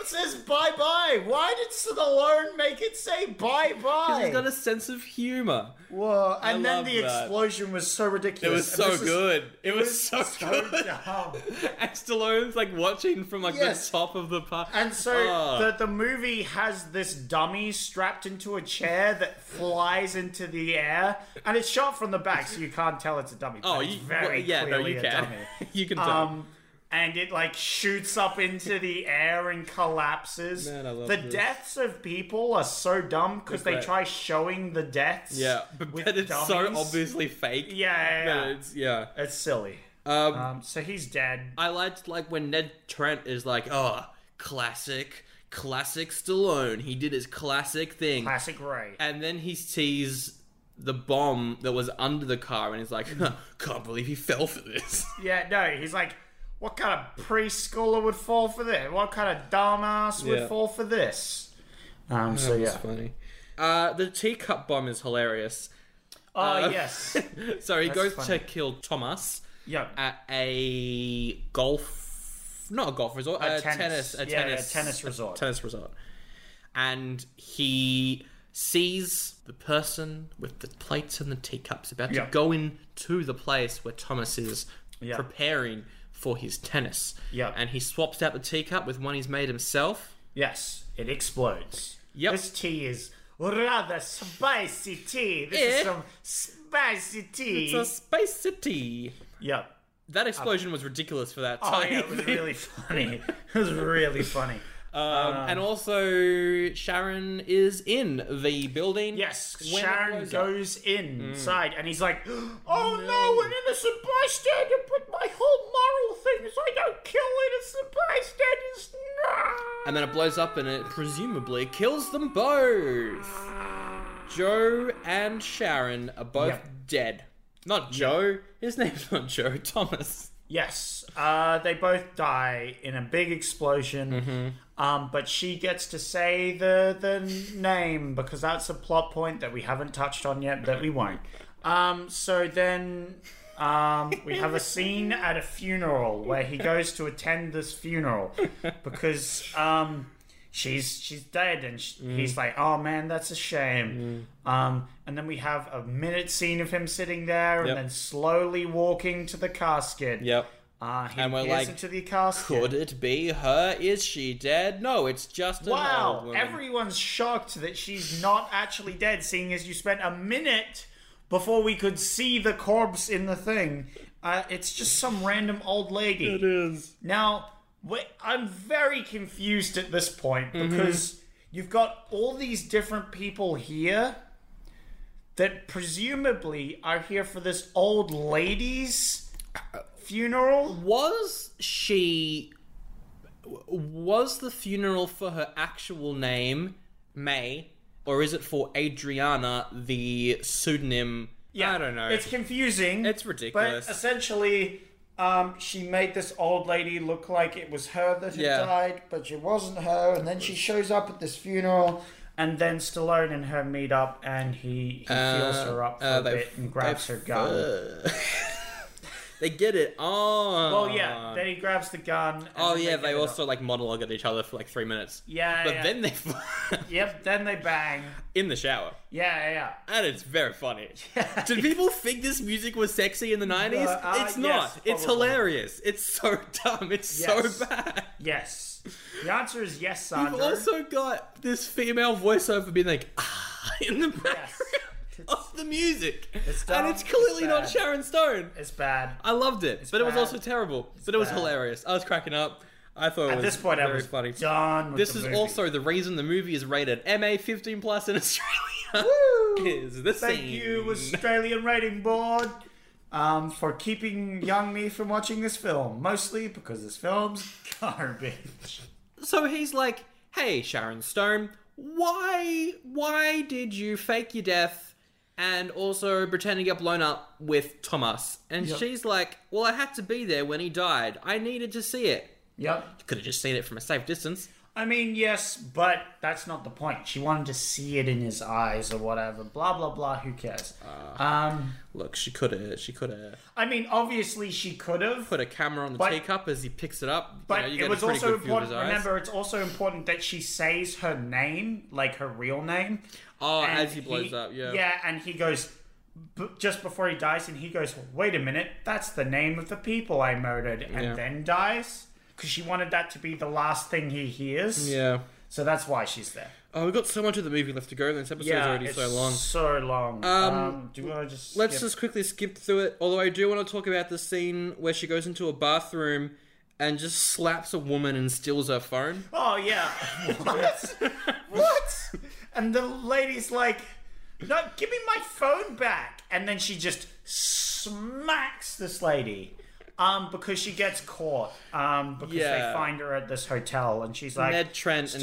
Speaker 2: It says bye bye. Why did Stallone make it say bye
Speaker 3: He's got
Speaker 2: bye?
Speaker 3: a sense of humor.
Speaker 2: Whoa! And
Speaker 3: love
Speaker 2: then the
Speaker 3: that.
Speaker 2: explosion was so
Speaker 3: It
Speaker 2: ridiculous.
Speaker 3: was
Speaker 2: And
Speaker 3: so
Speaker 2: this is-
Speaker 3: good. It was,
Speaker 2: this
Speaker 3: so,
Speaker 2: is
Speaker 3: good.
Speaker 2: dumb.
Speaker 3: And Stallone's like watching from like
Speaker 2: Yes.
Speaker 3: the top of the park.
Speaker 2: And so
Speaker 3: Oh.
Speaker 2: the the movie has this dummy strapped into a chair that flies into the air, and it's shot from the back, so you can't tell it's a dummy. but
Speaker 3: oh,
Speaker 2: it's
Speaker 3: you,
Speaker 2: very
Speaker 3: well, yeah, no,
Speaker 2: clearly
Speaker 3: you
Speaker 2: a
Speaker 3: can.
Speaker 2: dummy.
Speaker 3: you can tell.
Speaker 2: Um, and it like shoots up into the air and collapses.
Speaker 3: Man, I love
Speaker 2: the
Speaker 3: this.
Speaker 2: deaths of people are so dumb because they
Speaker 3: great.
Speaker 2: try showing the deaths.
Speaker 3: yeah, but,
Speaker 2: with
Speaker 3: but it's so
Speaker 2: dummies.
Speaker 3: obviously fake.
Speaker 2: Yeah,
Speaker 3: That
Speaker 2: yeah, yeah.
Speaker 3: It's, yeah.
Speaker 2: It's silly.
Speaker 3: Um,
Speaker 2: Um, so he's dead.
Speaker 3: I liked like when Ned Trent is like, oh, classic, classic Stallone. He did his classic thing,
Speaker 2: Classic Ray.
Speaker 3: and then he sees the bomb that was under the car, and he's like, huh, can't believe he fell for this.
Speaker 2: Yeah, no, he's like, What kind of preschooler would fall for this? What kind of dumbass would
Speaker 3: Yeah.
Speaker 2: fall for this? Um, so
Speaker 3: That was
Speaker 2: yeah.
Speaker 3: funny. Uh, the teacup bomb is hilarious.
Speaker 2: Oh
Speaker 3: Uh,
Speaker 2: yes.
Speaker 3: so he
Speaker 2: That's
Speaker 3: goes
Speaker 2: funny.
Speaker 3: to kill Thomas
Speaker 2: yeah.
Speaker 3: at a golf, not a golf resort, a, tennis, a
Speaker 2: yeah,
Speaker 3: tennis,
Speaker 2: a tennis resort.
Speaker 3: tennis resort, and he sees the person with the plates and the teacups about
Speaker 2: Yeah.
Speaker 3: to go into the place where Thomas is
Speaker 2: Yeah.
Speaker 3: preparing for his tennis.
Speaker 2: Yeah.
Speaker 3: and he swaps out the teacup with one he's made himself.
Speaker 2: yes, it explodes.
Speaker 3: Yep.
Speaker 2: This tea is rather spicy tea. This
Speaker 3: Eh?
Speaker 2: is some spicy tea.
Speaker 3: It's a space city.
Speaker 2: yeah.
Speaker 3: That explosion was ridiculous for that
Speaker 2: Oh
Speaker 3: tiny
Speaker 2: yeah, it was
Speaker 3: thing.
Speaker 2: really funny. It was really funny.
Speaker 3: Um,
Speaker 2: Ah.
Speaker 3: and also, Sharon is in the building.
Speaker 2: Yes,
Speaker 3: when it
Speaker 2: Sharon
Speaker 3: blows up.
Speaker 2: goes inside and he's like, Oh no, an innocent bystander, but my whole moral thing is I don't kill innocent bystanders. No!
Speaker 3: And then it blows up and it presumably kills them both. Joe and Sharon are both
Speaker 2: Yep.
Speaker 3: dead. Not Joe. His name's not Joe. Thomas.
Speaker 2: Yes, uh, they both die in a big explosion.
Speaker 3: Mm-hmm.
Speaker 2: Um, but she gets to say the the name because that's a plot point that we haven't touched on yet that we won't. Um, so then um, we have a scene at a funeral where he goes to attend this funeral because um, she's she's dead and sh
Speaker 3: Mm.
Speaker 2: he's like, oh man, that's a shame. Um, and then we have a minute scene of him sitting there and
Speaker 3: Yep.
Speaker 2: then slowly walking to the casket.
Speaker 3: Yep.
Speaker 2: Uh, he
Speaker 3: And we're
Speaker 2: peers
Speaker 3: like,
Speaker 2: into the casket.
Speaker 3: Could it be her? Is she dead? No, it's just an old
Speaker 2: wow,
Speaker 3: woman.
Speaker 2: everyone's shocked that she's not actually dead, seeing as you spent a minute before we could see the corpse in the thing. Uh, it's just some random old lady.
Speaker 3: It is.
Speaker 2: Now, wh- I'm very confused at this point
Speaker 3: Mm-hmm.
Speaker 2: because you've got all these different people here that presumably are here for this old lady's funeral.
Speaker 3: Was she? w- Was the funeral for her actual name May, or is it for Adriana, the pseudonym? I don't know.
Speaker 2: It's confusing.
Speaker 3: It's ridiculous.
Speaker 2: But essentially, um, she made this old lady look like it was her that had
Speaker 3: Yeah.
Speaker 2: died, but it wasn't her. And then she shows up at this funeral, and then Stallone and her meet up, and he, he feels her up for
Speaker 3: uh,
Speaker 2: a
Speaker 3: they-
Speaker 2: bit and grabs
Speaker 3: they-
Speaker 2: her gun.
Speaker 3: they get it. Oh.
Speaker 2: Well, yeah. Then he grabs the gun. and
Speaker 3: Oh
Speaker 2: then
Speaker 3: yeah, they
Speaker 2: give it
Speaker 3: also
Speaker 2: up.
Speaker 3: like monologue at each other for like three minutes.
Speaker 2: Yeah,
Speaker 3: But
Speaker 2: yeah.
Speaker 3: then they
Speaker 2: Yep. Then they bang.
Speaker 3: in the shower,
Speaker 2: Yeah, yeah.
Speaker 3: and it's very funny. Did people think this music was sexy in the nineties?
Speaker 2: Uh, uh, yes,
Speaker 3: it's not. it's
Speaker 2: probably.
Speaker 3: hilarious. It's so dumb. It's
Speaker 2: Yes.
Speaker 3: so bad.
Speaker 2: Yes. The answer is yes,
Speaker 3: You've
Speaker 2: Sandra.
Speaker 3: also got this female voiceover being like ah in the background of the music,
Speaker 2: It's dumb,
Speaker 3: and it's clearly
Speaker 2: it's
Speaker 3: not
Speaker 2: bad.
Speaker 3: Sharon Stone.
Speaker 2: It's bad.
Speaker 3: I loved it, but it was
Speaker 2: bad.
Speaker 3: also terrible. but it was
Speaker 2: bad.
Speaker 3: hilarious. I was cracking up. I thought it
Speaker 2: At
Speaker 3: was
Speaker 2: this point,
Speaker 3: very
Speaker 2: I was
Speaker 3: funny.
Speaker 2: done. With
Speaker 3: This
Speaker 2: the
Speaker 3: is
Speaker 2: movie.
Speaker 3: also the reason the movie is rated MA 15 plus in Australia.
Speaker 2: Woo!
Speaker 3: is the
Speaker 2: Thank
Speaker 3: scene.
Speaker 2: you, Australian Rating Board, um, for keeping young me from watching this film. Mostly because this film's garbage.
Speaker 3: So he's like, "Hey, Sharon Stone, why why did you fake your death and also pretend to get blown up with Thomas?" And she's like, "Well, I had to be there when he died. I needed to see it.
Speaker 2: Yep.
Speaker 3: Could have just seen it from a safe distance."
Speaker 2: I mean, yes, but that's not the point. She wanted to see it in his eyes or whatever. Blah blah blah. Who cares?
Speaker 3: Uh.
Speaker 2: um,
Speaker 3: Look, she could have she could have
Speaker 2: I mean, obviously she could have,
Speaker 3: put a camera on the
Speaker 2: But-
Speaker 3: teacup as he picks it up. You know,
Speaker 2: But
Speaker 3: you get
Speaker 2: it
Speaker 3: a
Speaker 2: was
Speaker 3: pretty
Speaker 2: also
Speaker 3: good view of his
Speaker 2: important.
Speaker 3: eyes.
Speaker 2: Remember, it's also important that she says her name, like her real name.
Speaker 3: Oh,
Speaker 2: and
Speaker 3: as he blows up, yeah.
Speaker 2: Yeah, and he goes b- just before he dies, and he goes, "Wait a minute, that's the name of the people I murdered," and
Speaker 3: Yeah.
Speaker 2: then dies because she wanted that to be the last thing he hears.
Speaker 3: Yeah.
Speaker 2: So that's why she's there.
Speaker 3: Oh, we've got so much of the movie left to go. and This episode's already
Speaker 2: it's
Speaker 3: so long.
Speaker 2: So long. Um, do you want to just?
Speaker 3: Let's
Speaker 2: skip?
Speaker 3: just quickly skip through it. Although I do want to talk about the scene where she goes into a bathroom and just slaps a woman and steals her phone.
Speaker 2: Oh yeah. What? what? And the lady's like, "No, give me my phone back." And then she just smacks this lady. Um, because she gets caught. Um, because
Speaker 3: Yeah.
Speaker 2: they find her at this hotel, and she's like,
Speaker 3: Ned Trent and his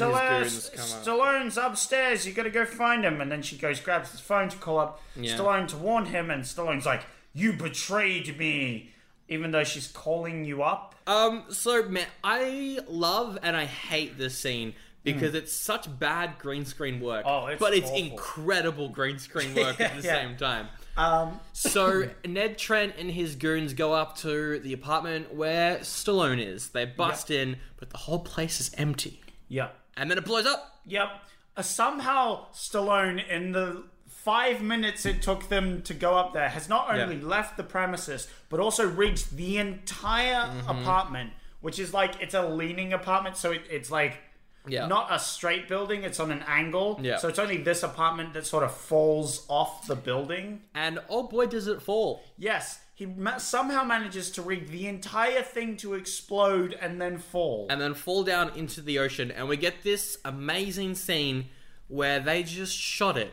Speaker 2: "Stallone's,
Speaker 3: goons come up.
Speaker 2: Stallone's upstairs. You gotta go find him." And then she goes, grabs his phone to call up Stallone to warn him, and Stallone's like, "You betrayed me." even though she's calling you up.
Speaker 3: Um, so man, I love and I hate this scene because it's such bad green screen work.
Speaker 2: Mm. Oh, it's
Speaker 3: but it's
Speaker 2: awful.
Speaker 3: incredible green screen work at the
Speaker 2: Yeah.
Speaker 3: same time.
Speaker 2: Um,
Speaker 3: So Ned Trent and his goons go up to the apartment where Stallone is. They bust in, but the whole place is empty.
Speaker 2: yep.
Speaker 3: And then it blows up.
Speaker 2: Yep. Uh, somehow Stallone, in the five minutes it took them to go up there, has not only
Speaker 3: Yeah.
Speaker 2: left the premises but also reached the entire
Speaker 3: Mm-hmm.
Speaker 2: apartment, which is like it's a leaning apartment, so it, it's like
Speaker 3: Yeah.
Speaker 2: not a straight building; it's on an angle.
Speaker 3: Yeah.
Speaker 2: So it's only this apartment that sort of falls off the building.
Speaker 3: and oh boy, does it fall.
Speaker 2: Yes, he ma- somehow manages to rig the entire thing to explode and then fall.
Speaker 3: and then fall down into the ocean and we get this amazing scene where they just shot it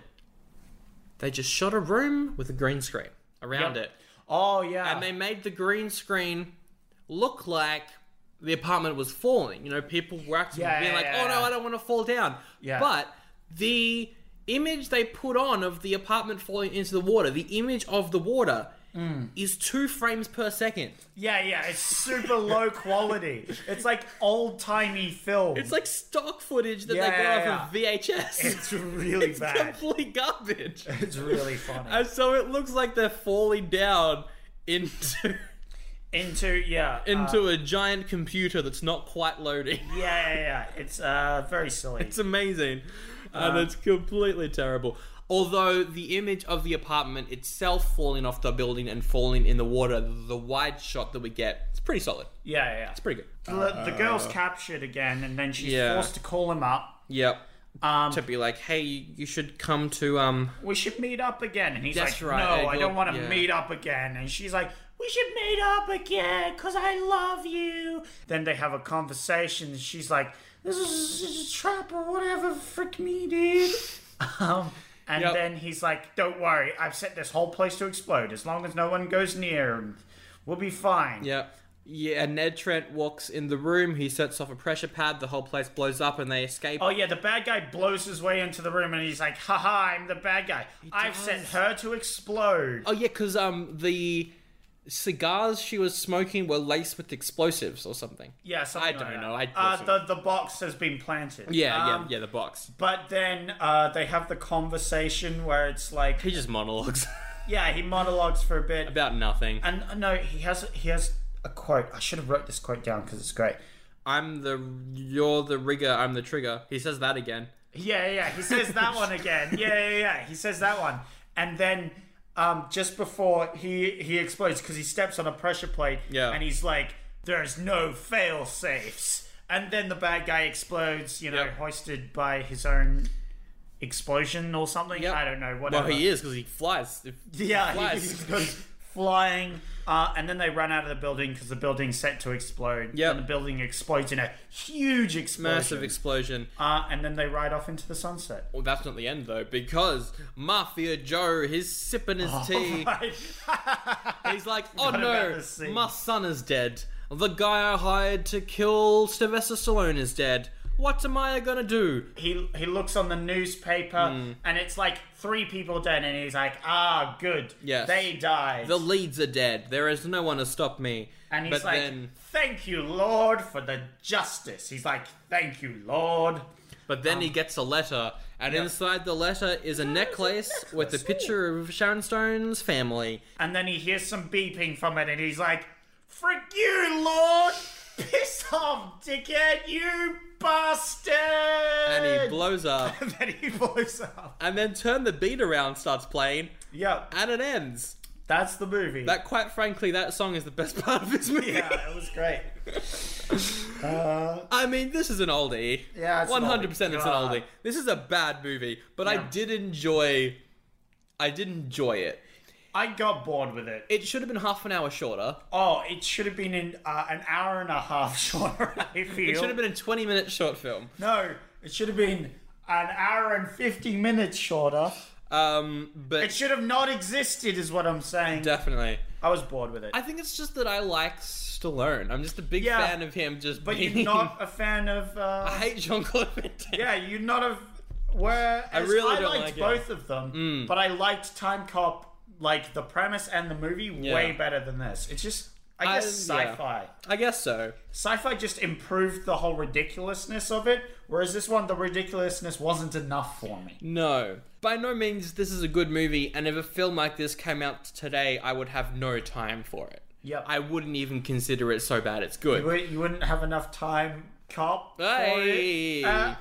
Speaker 3: they just shot a room with a green screen around
Speaker 2: Yep.
Speaker 3: it
Speaker 2: oh yeah,
Speaker 3: and they made the green screen look like the apartment was falling you know people were acting
Speaker 2: Yeah,
Speaker 3: being
Speaker 2: yeah,
Speaker 3: like
Speaker 2: yeah,
Speaker 3: oh no
Speaker 2: yeah.
Speaker 3: i don't want to fall down
Speaker 2: Yeah.
Speaker 3: but the image they put on of the apartment falling into the water the image of the water
Speaker 2: Mm.
Speaker 3: is two frames per second
Speaker 2: Yeah, yeah, it's super low quality. It's like old timey film.
Speaker 3: It's like stock footage that
Speaker 2: Yeah,
Speaker 3: they got
Speaker 2: yeah,
Speaker 3: off of VHS.
Speaker 2: It's really
Speaker 3: It's
Speaker 2: bad.
Speaker 3: complete garbage.
Speaker 2: it's really funny.
Speaker 3: and so it looks like they're falling down into
Speaker 2: into yeah, uh,
Speaker 3: into a giant computer that's not quite loading.
Speaker 2: yeah, yeah, yeah. It's uh very silly.
Speaker 3: It's amazing,
Speaker 2: Uh.
Speaker 3: and it's completely terrible. Although the image of the apartment itself falling off the building and falling in the water, the wide shot that we get, it's pretty solid.
Speaker 2: yeah, yeah. yeah.
Speaker 3: It's pretty good.
Speaker 2: The, the girl's captured again, and then she's
Speaker 3: Yeah.
Speaker 2: forced to call him up.
Speaker 3: Yep.
Speaker 2: Um,
Speaker 3: to be like, hey, you should come to um.
Speaker 2: We should meet up again, and he's
Speaker 3: That's
Speaker 2: like,
Speaker 3: right,
Speaker 2: "No,
Speaker 3: uh,
Speaker 2: I
Speaker 3: you'll-
Speaker 2: don't want to
Speaker 3: yeah.
Speaker 2: meet up again." And she's like, "We should meet up again, cause I love you." Then they have a conversation, and she's like, "This is, this is a trap or whatever, frick me, dude." Um, and
Speaker 3: Yep.
Speaker 2: then he's like, "Don't worry, I've set this whole place to explode. As long as no one goes near, and we'll be fine."
Speaker 3: Yeah. Yeah, and Ned Trent walks in the room, he sets off a pressure pad, the whole place blows up and they escape.
Speaker 2: Oh yeah, the bad guy blows his way into the room, and he's like, "Haha, I'm the bad guy. I've set
Speaker 3: does.
Speaker 2: her to explode."
Speaker 3: Oh yeah, because um the cigars she was smoking were laced with explosives or something.
Speaker 2: Yeah, something
Speaker 3: I don't
Speaker 2: like
Speaker 3: know,
Speaker 2: that.
Speaker 3: I
Speaker 2: uh, the the box has been planted.
Speaker 3: Yeah,
Speaker 2: Um,
Speaker 3: yeah, yeah. The box.
Speaker 2: But then uh, they have the conversation where it's like,
Speaker 3: He just monologues
Speaker 2: yeah, he monologues for a bit,
Speaker 3: about nothing.
Speaker 2: and uh, no, he has he has a quote. I should have wrote this quote down because it's great.
Speaker 3: I'm the you're the rigger. I'm the trigger. He says that again.
Speaker 2: Yeah, yeah, he says that one again. Yeah, yeah, yeah, he says that one, and then um, just before he he explodes because he steps on a pressure plate,
Speaker 3: Yeah.
Speaker 2: and he's like, "There's no fail safes," and then the bad guy explodes, you know,
Speaker 3: Yep.
Speaker 2: hoisted by his own explosion or something.
Speaker 3: Yep.
Speaker 2: I don't know,
Speaker 3: Well,
Speaker 2: whatever.
Speaker 3: he is because he flies.
Speaker 2: Yeah, he
Speaker 3: Flies.
Speaker 2: just goes flying. Uh, and then they run out of the building because the building's set to explode.
Speaker 3: Yep.
Speaker 2: And the building explodes in a huge explosion.
Speaker 3: Massive explosion.
Speaker 2: uh, and then they ride off into the sunset.
Speaker 3: Well, that's not the end though, because Mafia Joe, he's sipping his tea.
Speaker 2: Right.
Speaker 3: He's like, oh
Speaker 2: Oh. Forgot about
Speaker 3: no,
Speaker 2: this scene."
Speaker 3: my son is dead. The guy I hired to kill Sylvester Stallone is dead. What am I gonna do?
Speaker 2: he he looks on the newspaper
Speaker 3: Hmm.
Speaker 2: and it's like three people dead, and he's like, ah, good.
Speaker 3: Yes.
Speaker 2: They died.
Speaker 3: The leads are dead. There is no one to stop me.
Speaker 2: and he's
Speaker 3: but
Speaker 2: like,
Speaker 3: then,
Speaker 2: thank you, Lord, for the justice. He's like, thank you, Lord.
Speaker 3: but then
Speaker 2: um,
Speaker 3: he gets a letter, and inside the letter is a necklace, with a picture of Sharon Stone's family.
Speaker 2: And then he hears some beeping from it and he's like, Frick you, Lord! Piss off, dickhead, you bastard!
Speaker 3: And he blows up,
Speaker 2: And then he blows up.
Speaker 3: and then turn the beat around starts playing,
Speaker 2: Yep,
Speaker 3: and it ends.
Speaker 2: that's the movie.
Speaker 3: That, quite frankly, that song is the best part of this movie.
Speaker 2: yeah, it was great. Uh,
Speaker 3: I mean, this is an oldie.
Speaker 2: Yeah, it's an
Speaker 3: one hundred percent,
Speaker 2: oldie.
Speaker 3: it's an
Speaker 2: God.
Speaker 3: oldie. This is a bad movie, but I
Speaker 2: Yeah.
Speaker 3: did enjoy. I did enjoy it.
Speaker 2: I got bored with it.
Speaker 3: It should have been half an hour shorter.
Speaker 2: Oh, it should have been in uh, an hour and a half shorter, I feel.
Speaker 3: It should have been a twenty-minute short film.
Speaker 2: No, it should have been an hour and 50 minutes shorter.
Speaker 3: Um, but
Speaker 2: It should have not existed, is what I'm saying.
Speaker 3: definitely,
Speaker 2: I was bored with it.
Speaker 3: I think it's just that I like Stallone. I'm just a big
Speaker 2: Yeah,
Speaker 3: fan of him. Just
Speaker 2: But you're
Speaker 3: being-
Speaker 2: not a fan of. Uh,
Speaker 3: I hate Jean Claude Van Damme.
Speaker 2: yeah, you're not a. Where I
Speaker 3: really
Speaker 2: I
Speaker 3: don't
Speaker 2: liked
Speaker 3: like it. Mm.
Speaker 2: both of them, but I liked Time Cop, like the premise and the movie, way better than this. It's just I guess
Speaker 3: I- yeah.
Speaker 2: sci-fi.
Speaker 3: I guess so.
Speaker 2: Sci-fi just improved the whole ridiculousness of it, whereas this one, the ridiculousness wasn't enough for me.
Speaker 3: No. By no means this is a good movie, and if a film like this came out today, I would have no time for it.
Speaker 2: Yep.
Speaker 3: I wouldn't even consider it so bad it's good.
Speaker 2: You wou- you wouldn't have enough time, cop. for
Speaker 3: Hey.
Speaker 2: it. Uh,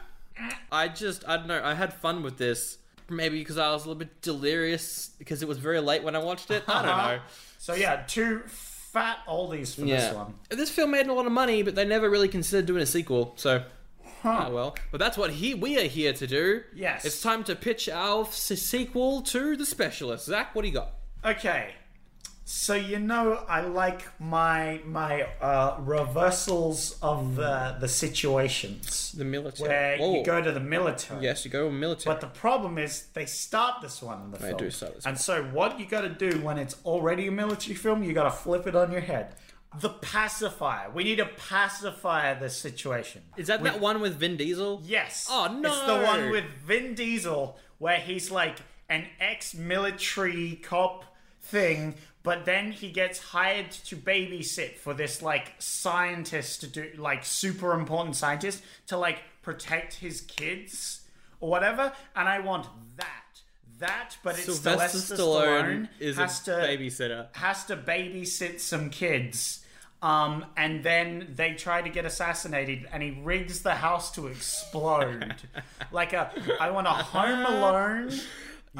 Speaker 3: I just, I don't know, I had fun with this. Maybe because I was a little bit delirious because it was very late when I watched it. I don't know.
Speaker 2: uh-huh. so yeah, two fat oldies for
Speaker 3: Yeah.
Speaker 2: this one.
Speaker 3: This film made a lot of money, but they never really considered doing a sequel, so. Ah, well. But that's what he we are here to do.
Speaker 2: Yes.
Speaker 3: It's time to pitch our s- sequel to The Specialist. Zach, what do you got?
Speaker 2: Okay. So you know I like my my uh, reversals of the the situations
Speaker 3: The military.
Speaker 2: where
Speaker 3: Whoa.
Speaker 2: you go to the military.
Speaker 3: Oh, Yes, you go military.
Speaker 2: But the problem is they start this one in the film.
Speaker 3: do start this
Speaker 2: And so what you got to do when it's already a military film, you got to flip it on your head. The pacifier. We need to pacify this situation.
Speaker 3: Is that that one with Vin Diesel?
Speaker 2: Yes.
Speaker 3: Oh, no.
Speaker 2: It's the one with Vin Diesel where he's like an ex-military cop thing, but then he gets hired to babysit for this like scientist to do like super important scientist to like protect his kids or whatever. And I want that. That, but it's
Speaker 3: Sylvester
Speaker 2: Sylvester
Speaker 3: Stallone,
Speaker 2: Stallone,
Speaker 3: is a
Speaker 2: has to
Speaker 3: babysitter.
Speaker 2: has to babysit some kids. Um, and then they try to get assassinated, and he rigs the house to explode. like a, I want a Home Alone,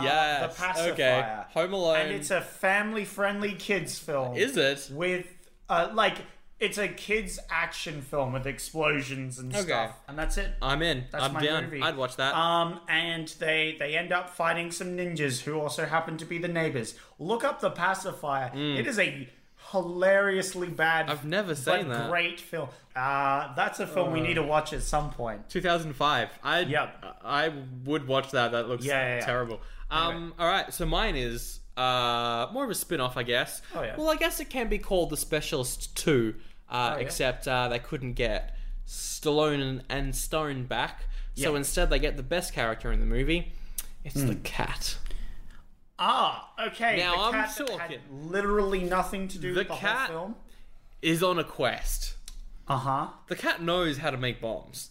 Speaker 3: Yeah.
Speaker 2: the pacifier.
Speaker 3: Okay. Home Alone.
Speaker 2: and it's a family-friendly kids film.
Speaker 3: Is it?
Speaker 2: with uh, like it's a kids action film with explosions and stuff, and that's it.
Speaker 3: I'm in.
Speaker 2: That's
Speaker 3: I'm
Speaker 2: my
Speaker 3: down.
Speaker 2: movie.
Speaker 3: I'd watch that.
Speaker 2: Um, and they they end up fighting some ninjas who also happen to be the neighbors. Look up the pacifier. It is a hilariously bad.
Speaker 3: Hmm. I've never
Speaker 2: but
Speaker 3: seen that.
Speaker 2: Great film. Uh, that's a film we need to watch at some point.
Speaker 3: 2005. I
Speaker 2: Yep.
Speaker 3: I would watch that. That looks
Speaker 2: Yeah, yeah, yeah.
Speaker 3: terrible. Um. All right. So mine is uh more of a spin-off, I guess.
Speaker 2: Oh, yeah. Oh,
Speaker 3: Well, I guess it can be called The Specialist Two, uh,
Speaker 2: yeah.
Speaker 3: except uh, they couldn't get Stallone and, and Stone back, so
Speaker 2: Yeah.
Speaker 3: instead they get the best character in the movie. It's the cat.
Speaker 2: Ah, okay.
Speaker 3: Now
Speaker 2: the
Speaker 3: I'm
Speaker 2: cat that
Speaker 3: talking.
Speaker 2: Had literally nothing to do
Speaker 3: The
Speaker 2: with the whole
Speaker 3: cat-
Speaker 2: film.
Speaker 3: Is on a quest.
Speaker 2: Uh huh.
Speaker 3: The cat knows how to make bombs.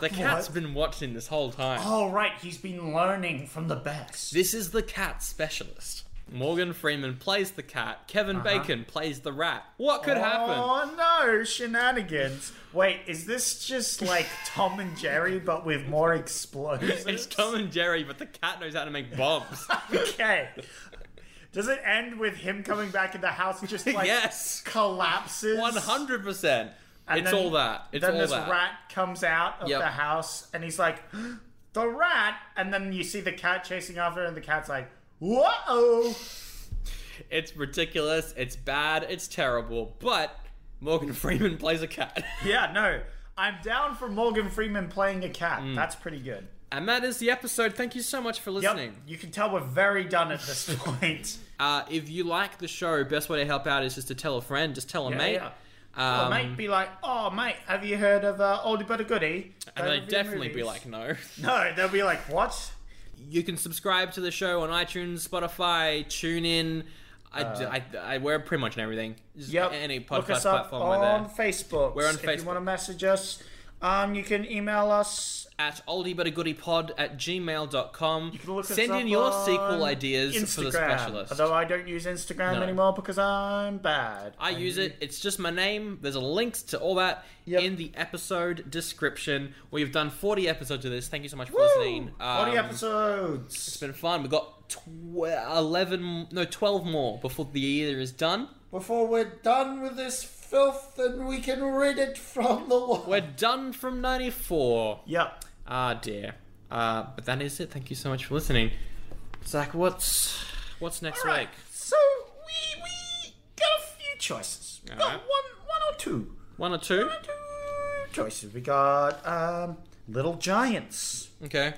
Speaker 3: The cat's
Speaker 2: Uh-huh. What?
Speaker 3: been watching this whole time.
Speaker 2: Oh right, he's been learning from the best.
Speaker 3: This is the cat specialist. Morgan Freeman plays the cat. Kevin
Speaker 2: Uh-huh.
Speaker 3: Bacon plays the rat. What could happen?
Speaker 2: Oh no, shenanigans! Wait, is this just like Tom and Jerry but with more explosions?
Speaker 3: It's Tom and Jerry, but the cat knows how to make bombs.
Speaker 2: Okay. Does it end with him coming back in the house and just like
Speaker 3: yes,
Speaker 2: collapses?
Speaker 3: one hundred percent.
Speaker 2: And
Speaker 3: It's
Speaker 2: then-
Speaker 3: all that. It's
Speaker 2: then
Speaker 3: all
Speaker 2: this
Speaker 3: that.
Speaker 2: rat comes out of
Speaker 3: Yep.
Speaker 2: the house and he's like, the rat, and then you see the cat chasing after, it and the cat's like, whoa.
Speaker 3: It's ridiculous. It's bad. It's terrible. But Morgan Freeman plays a cat,
Speaker 2: Yeah, no. I'm down for Morgan Freeman playing a cat.
Speaker 3: Mm.
Speaker 2: That's pretty good.
Speaker 3: and that is the episode. Thank you so much for
Speaker 2: Yep.
Speaker 3: listening.
Speaker 2: You can tell we're very done at this point.
Speaker 3: Uh, if you like the show, best way to help out is just to tell a friend. Just tell a mate.
Speaker 2: yeah. Or
Speaker 3: Um,
Speaker 2: mate be like, oh, mate, have you heard of uh, Oldie But a Goodie?
Speaker 3: And
Speaker 2: They
Speaker 3: they'd
Speaker 2: review
Speaker 3: definitely be
Speaker 2: movies."
Speaker 3: like, no.
Speaker 2: no, they'll be like, what?
Speaker 3: You can subscribe to the show on iTunes, Spotify, TuneIn. I, I, I- we're pretty much on everything. Just
Speaker 2: Uh, Yep.
Speaker 3: Any
Speaker 2: Look
Speaker 3: podcast
Speaker 2: us up
Speaker 3: platform we're
Speaker 2: on
Speaker 3: there.
Speaker 2: Facebook.
Speaker 3: We're on
Speaker 2: If
Speaker 3: Facebook.
Speaker 2: you want to message us, um, you can email us.
Speaker 3: At oldiebuttagoodiepod at gmail.com.
Speaker 2: You can look us
Speaker 3: Send
Speaker 2: up
Speaker 3: in your
Speaker 2: on
Speaker 3: sequel ideas for the
Speaker 2: Instagram.
Speaker 3: specialist.
Speaker 2: Although I don't use Instagram
Speaker 3: No.
Speaker 2: anymore because I'm bad.
Speaker 3: I use it. It's just my name. There's a links to all that
Speaker 2: Yep.
Speaker 3: in the episode description. We've done 40 episodes of this. Thank you so much for
Speaker 2: Woo!
Speaker 3: listening.
Speaker 2: Forty
Speaker 3: Um,
Speaker 2: episodes.
Speaker 3: It's been fun. We've got tw- 11, no, 12 more before the year is done.
Speaker 2: Before we're done with this filth, and we can rid it from the world.
Speaker 3: We're done from 94.
Speaker 2: Yep.
Speaker 3: Ah, dear. Uh, but that is it. Thank you so much for listening. Zach, what's what's next
Speaker 2: Right.
Speaker 3: week?
Speaker 2: So we we got a few choices. We got
Speaker 3: Alright.
Speaker 2: one one or two.
Speaker 3: One or two?
Speaker 2: Two choices. We got um, Little Giants.
Speaker 3: Okay.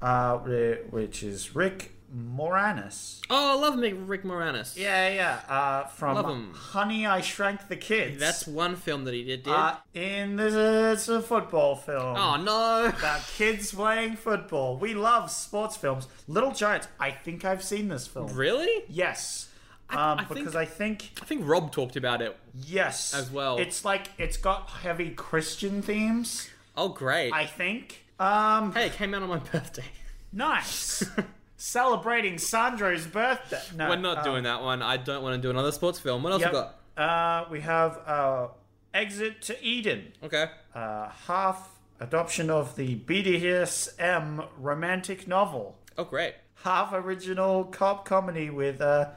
Speaker 2: uh, whi- which is Rick Moranis.
Speaker 3: Oh, I love me, Rick Moranis.
Speaker 2: Yeah, yeah, uh, from
Speaker 3: Love 'em.
Speaker 2: Honey, I Shrunk the Kids.
Speaker 3: That's one film that he did, did.
Speaker 2: uh, in this it's a football film
Speaker 3: oh, no.
Speaker 2: about kids playing football. We love sports films. Little Giants. I think I've seen this film.
Speaker 3: Really?
Speaker 2: Yes.
Speaker 3: I,
Speaker 2: um,
Speaker 3: I
Speaker 2: because
Speaker 3: think I,
Speaker 2: I think
Speaker 3: think Rob talked about it.
Speaker 2: yes,
Speaker 3: As well.
Speaker 2: It's like it's got heavy Christian themes.
Speaker 3: Oh great!
Speaker 2: I think. Um,
Speaker 3: hey, it came out on my birthday.
Speaker 2: nice. Celebrating Sandro's birthday. No,
Speaker 3: We're not
Speaker 2: um,
Speaker 3: doing that one. I don't want to do another sports film. What else we
Speaker 2: Yep.
Speaker 3: got?
Speaker 2: Uh, we have uh, Exit to Eden.
Speaker 3: Okay.
Speaker 2: uh, half adoption of the BDSM romantic novel,
Speaker 3: Oh great!
Speaker 2: half original cop comedy with uh,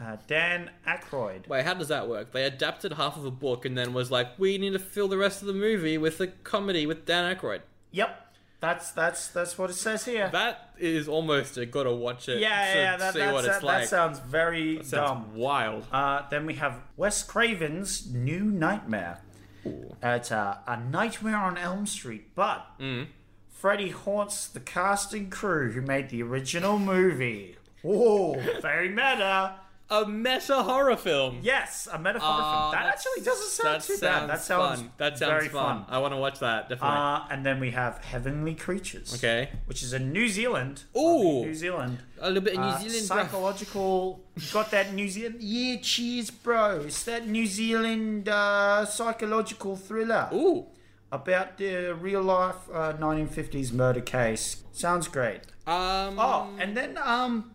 Speaker 2: uh, Dan Aykroyd.
Speaker 3: Wait, how does that work? They adapted half of a book and then was like, we need to fill the rest of the movie with a comedy with Dan Aykroyd.
Speaker 2: Yep, that's that's that's what it says here.
Speaker 3: That is almost a gotta watch
Speaker 2: yeah,
Speaker 3: it. to
Speaker 2: yeah, yeah, that,
Speaker 3: see
Speaker 2: that,
Speaker 3: what
Speaker 2: that-
Speaker 3: it's like.
Speaker 2: that sounds very
Speaker 3: Sounds
Speaker 2: dumb.
Speaker 3: wild.
Speaker 2: Uh, then we have Wes Craven's New Nightmare. It's uh, a Nightmare on Elm Street, but
Speaker 3: Mm.
Speaker 2: Freddy haunts the cast and crew who made the original movie. Whoa, very meta.
Speaker 3: A meta horror film.
Speaker 2: Yes, a metaphor.
Speaker 3: Uh,
Speaker 2: that
Speaker 3: that's-
Speaker 2: actually doesn't sound
Speaker 3: that
Speaker 2: too bad. That sounds
Speaker 3: fun. That sounds
Speaker 2: very fun.
Speaker 3: fun. I want to watch that definitely.
Speaker 2: Uh, and then we have Heavenly Creatures,
Speaker 3: okay,
Speaker 2: which is in New Zealand.
Speaker 3: Ooh.
Speaker 2: New Zealand.
Speaker 3: a little bit of New
Speaker 2: Uh,
Speaker 3: Zealand. bruh.
Speaker 2: psychological. Got that New Zealand? Yeah, cheers, bro. It's that New Zealand uh, psychological thriller
Speaker 3: Ooh,
Speaker 2: about the real life uh, 1950s murder case. Sounds great.
Speaker 3: um,
Speaker 2: Oh, and then um,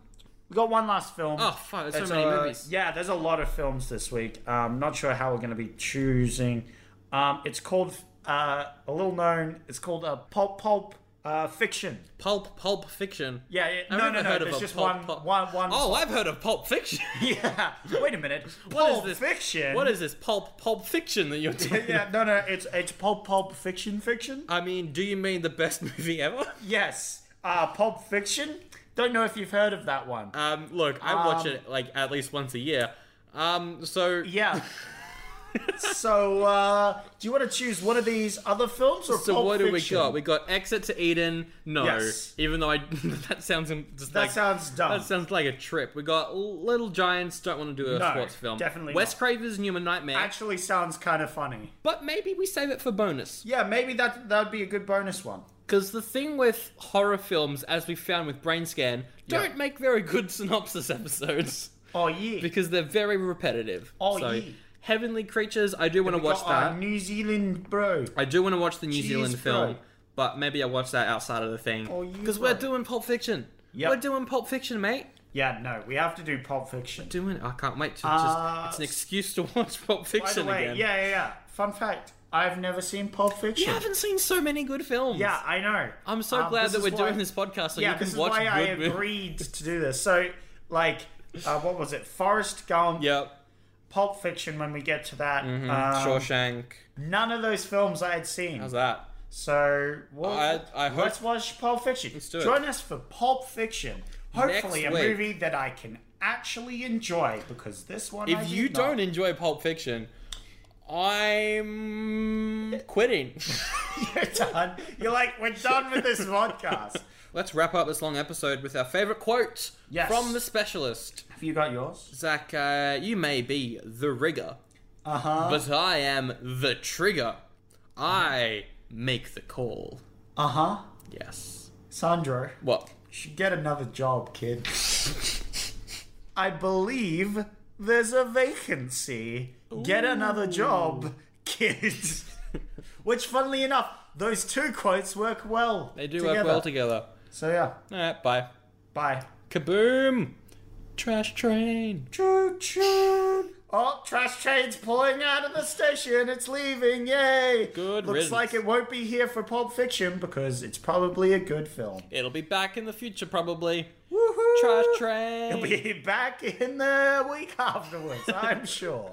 Speaker 2: we got one last film.
Speaker 3: Oh, fuck, there's so
Speaker 2: It's,
Speaker 3: many
Speaker 2: uh,
Speaker 3: movies.
Speaker 2: Yeah, there's a lot of films this week. Um, not sure how we're going to be choosing. Um, it's called uh, a little known. It's called a pulp pulp uh, fiction.
Speaker 3: pulp, pulp fiction.
Speaker 2: Yeah, yeah.
Speaker 3: I've
Speaker 2: No, no,
Speaker 3: never
Speaker 2: no.
Speaker 3: heard of
Speaker 2: There's
Speaker 3: a
Speaker 2: just
Speaker 3: pulp,
Speaker 2: one,
Speaker 3: pulp-
Speaker 2: one, one.
Speaker 3: Oh, I've heard of pulp fiction.
Speaker 2: yeah. Wait a minute.
Speaker 3: What is
Speaker 2: pulp
Speaker 3: this?
Speaker 2: fiction.
Speaker 3: What is this pulp, pulp fiction that you're doing?
Speaker 2: Yeah, no, no. It's it's pulp pulp fiction fiction.
Speaker 3: I mean, do you mean the best movie ever?
Speaker 2: Yes. Uh, pulp fiction. Uh. Don't know if you've heard of that one.
Speaker 3: Um, look, I watch it like at least once a year. Um, so
Speaker 2: Yeah. so, uh, do you want to choose one of these other films or
Speaker 3: So
Speaker 2: Pulp
Speaker 3: what do we
Speaker 2: Fiction?
Speaker 3: got? We got Exit to Eden. No,
Speaker 2: Yes.
Speaker 3: even though I that sounds im- just
Speaker 2: that
Speaker 3: like,
Speaker 2: sounds dumb.
Speaker 3: that sounds like a trip. We got Little Giants. Don't want to do a
Speaker 2: No,
Speaker 3: sports film.
Speaker 2: definitely
Speaker 3: Wes
Speaker 2: not.
Speaker 3: Craven's New Nightmare.
Speaker 2: Actually, sounds kind of funny.
Speaker 3: but maybe we save it for bonus
Speaker 2: Yeah, maybe that that'd be a good bonus one.
Speaker 3: because the thing with horror films, as we found with Brain Scan, don't
Speaker 2: Yeah.
Speaker 3: make very good synopsis episodes
Speaker 2: Oh yeah,
Speaker 3: because they're very repetitive.
Speaker 2: Oh,
Speaker 3: so,
Speaker 2: yeah.
Speaker 3: Heavenly Creatures. I do want to
Speaker 2: We
Speaker 3: watch
Speaker 2: got our
Speaker 3: that.
Speaker 2: New Zealand bro.
Speaker 3: I do want to watch the New
Speaker 2: Jeez,
Speaker 3: Zealand
Speaker 2: bro.
Speaker 3: film, but maybe I watch that outside of the thing.
Speaker 2: Oh, you
Speaker 3: Because we're
Speaker 2: bro.
Speaker 3: doing Pulp Fiction.
Speaker 2: Yep.
Speaker 3: We're doing Pulp Fiction, mate.
Speaker 2: Yeah, no, we have to do Pulp Fiction.
Speaker 3: Doing. I can't wait to
Speaker 2: Uh,
Speaker 3: just. It's an excuse to watch Pulp
Speaker 2: By the
Speaker 3: Fiction
Speaker 2: way,
Speaker 3: again.
Speaker 2: yeah, yeah, yeah. Fun fact: I've never seen Pulp
Speaker 3: You
Speaker 2: Fiction.
Speaker 3: haven't seen so many good films.
Speaker 2: Yeah, I know.
Speaker 3: I'm so
Speaker 2: Um,
Speaker 3: glad
Speaker 2: this
Speaker 3: that
Speaker 2: is
Speaker 3: we're
Speaker 2: why-
Speaker 3: doing this podcast so
Speaker 2: yeah,
Speaker 3: you can
Speaker 2: this
Speaker 3: watch
Speaker 2: is why I
Speaker 3: good movies.
Speaker 2: agreed to do this. So, like, uh, what was it? Forrest Gump,
Speaker 3: Yep.
Speaker 2: Pulp Fiction. When we get to that,
Speaker 3: Mm-hmm.
Speaker 2: um,
Speaker 3: Shawshank.
Speaker 2: none of those films I had seen.
Speaker 3: How's that?
Speaker 2: So well,
Speaker 3: I- I hope-
Speaker 2: let's watch Pulp Fiction.
Speaker 3: do it.
Speaker 2: Join us for Pulp Fiction. Hopefully, a
Speaker 3: Next week.
Speaker 2: movie that I can actually enjoy because this one. I
Speaker 3: If
Speaker 2: did
Speaker 3: you
Speaker 2: not.
Speaker 3: don't e- enjoy Pulp Fiction, I'm quitting.
Speaker 2: you're done. You're like we're done with this podcast.
Speaker 3: Let's wrap up this long episode with our favorite quote
Speaker 2: Yes.
Speaker 3: from the specialist.
Speaker 2: Have you got yours?
Speaker 3: Zach, uh, you may be the rigger,
Speaker 2: Uh huh.
Speaker 3: but I am the trigger. I make the call.
Speaker 2: Uh huh.
Speaker 3: Yes.
Speaker 2: Sandro, you
Speaker 3: What?
Speaker 2: should get another job, kid. I believe there's a vacancy. Get another job, kid. Which, funnily enough, those two quotes work well.
Speaker 3: They do work well together.
Speaker 2: So yeah,
Speaker 3: All right, bye.
Speaker 2: bye.
Speaker 3: Kaboom! Trash train.
Speaker 2: Choo choo. Oh, trash train's pulling out of the station. It's leaving. Yay!
Speaker 3: Good
Speaker 2: Looks
Speaker 3: riddance.
Speaker 2: like it won't be here for Pulp Fiction because it's probably a good film.
Speaker 3: It'll be back in the future, probably.
Speaker 2: Woohoo!
Speaker 3: Trash train.
Speaker 2: It'll be back in the week afterwards, I'm sure.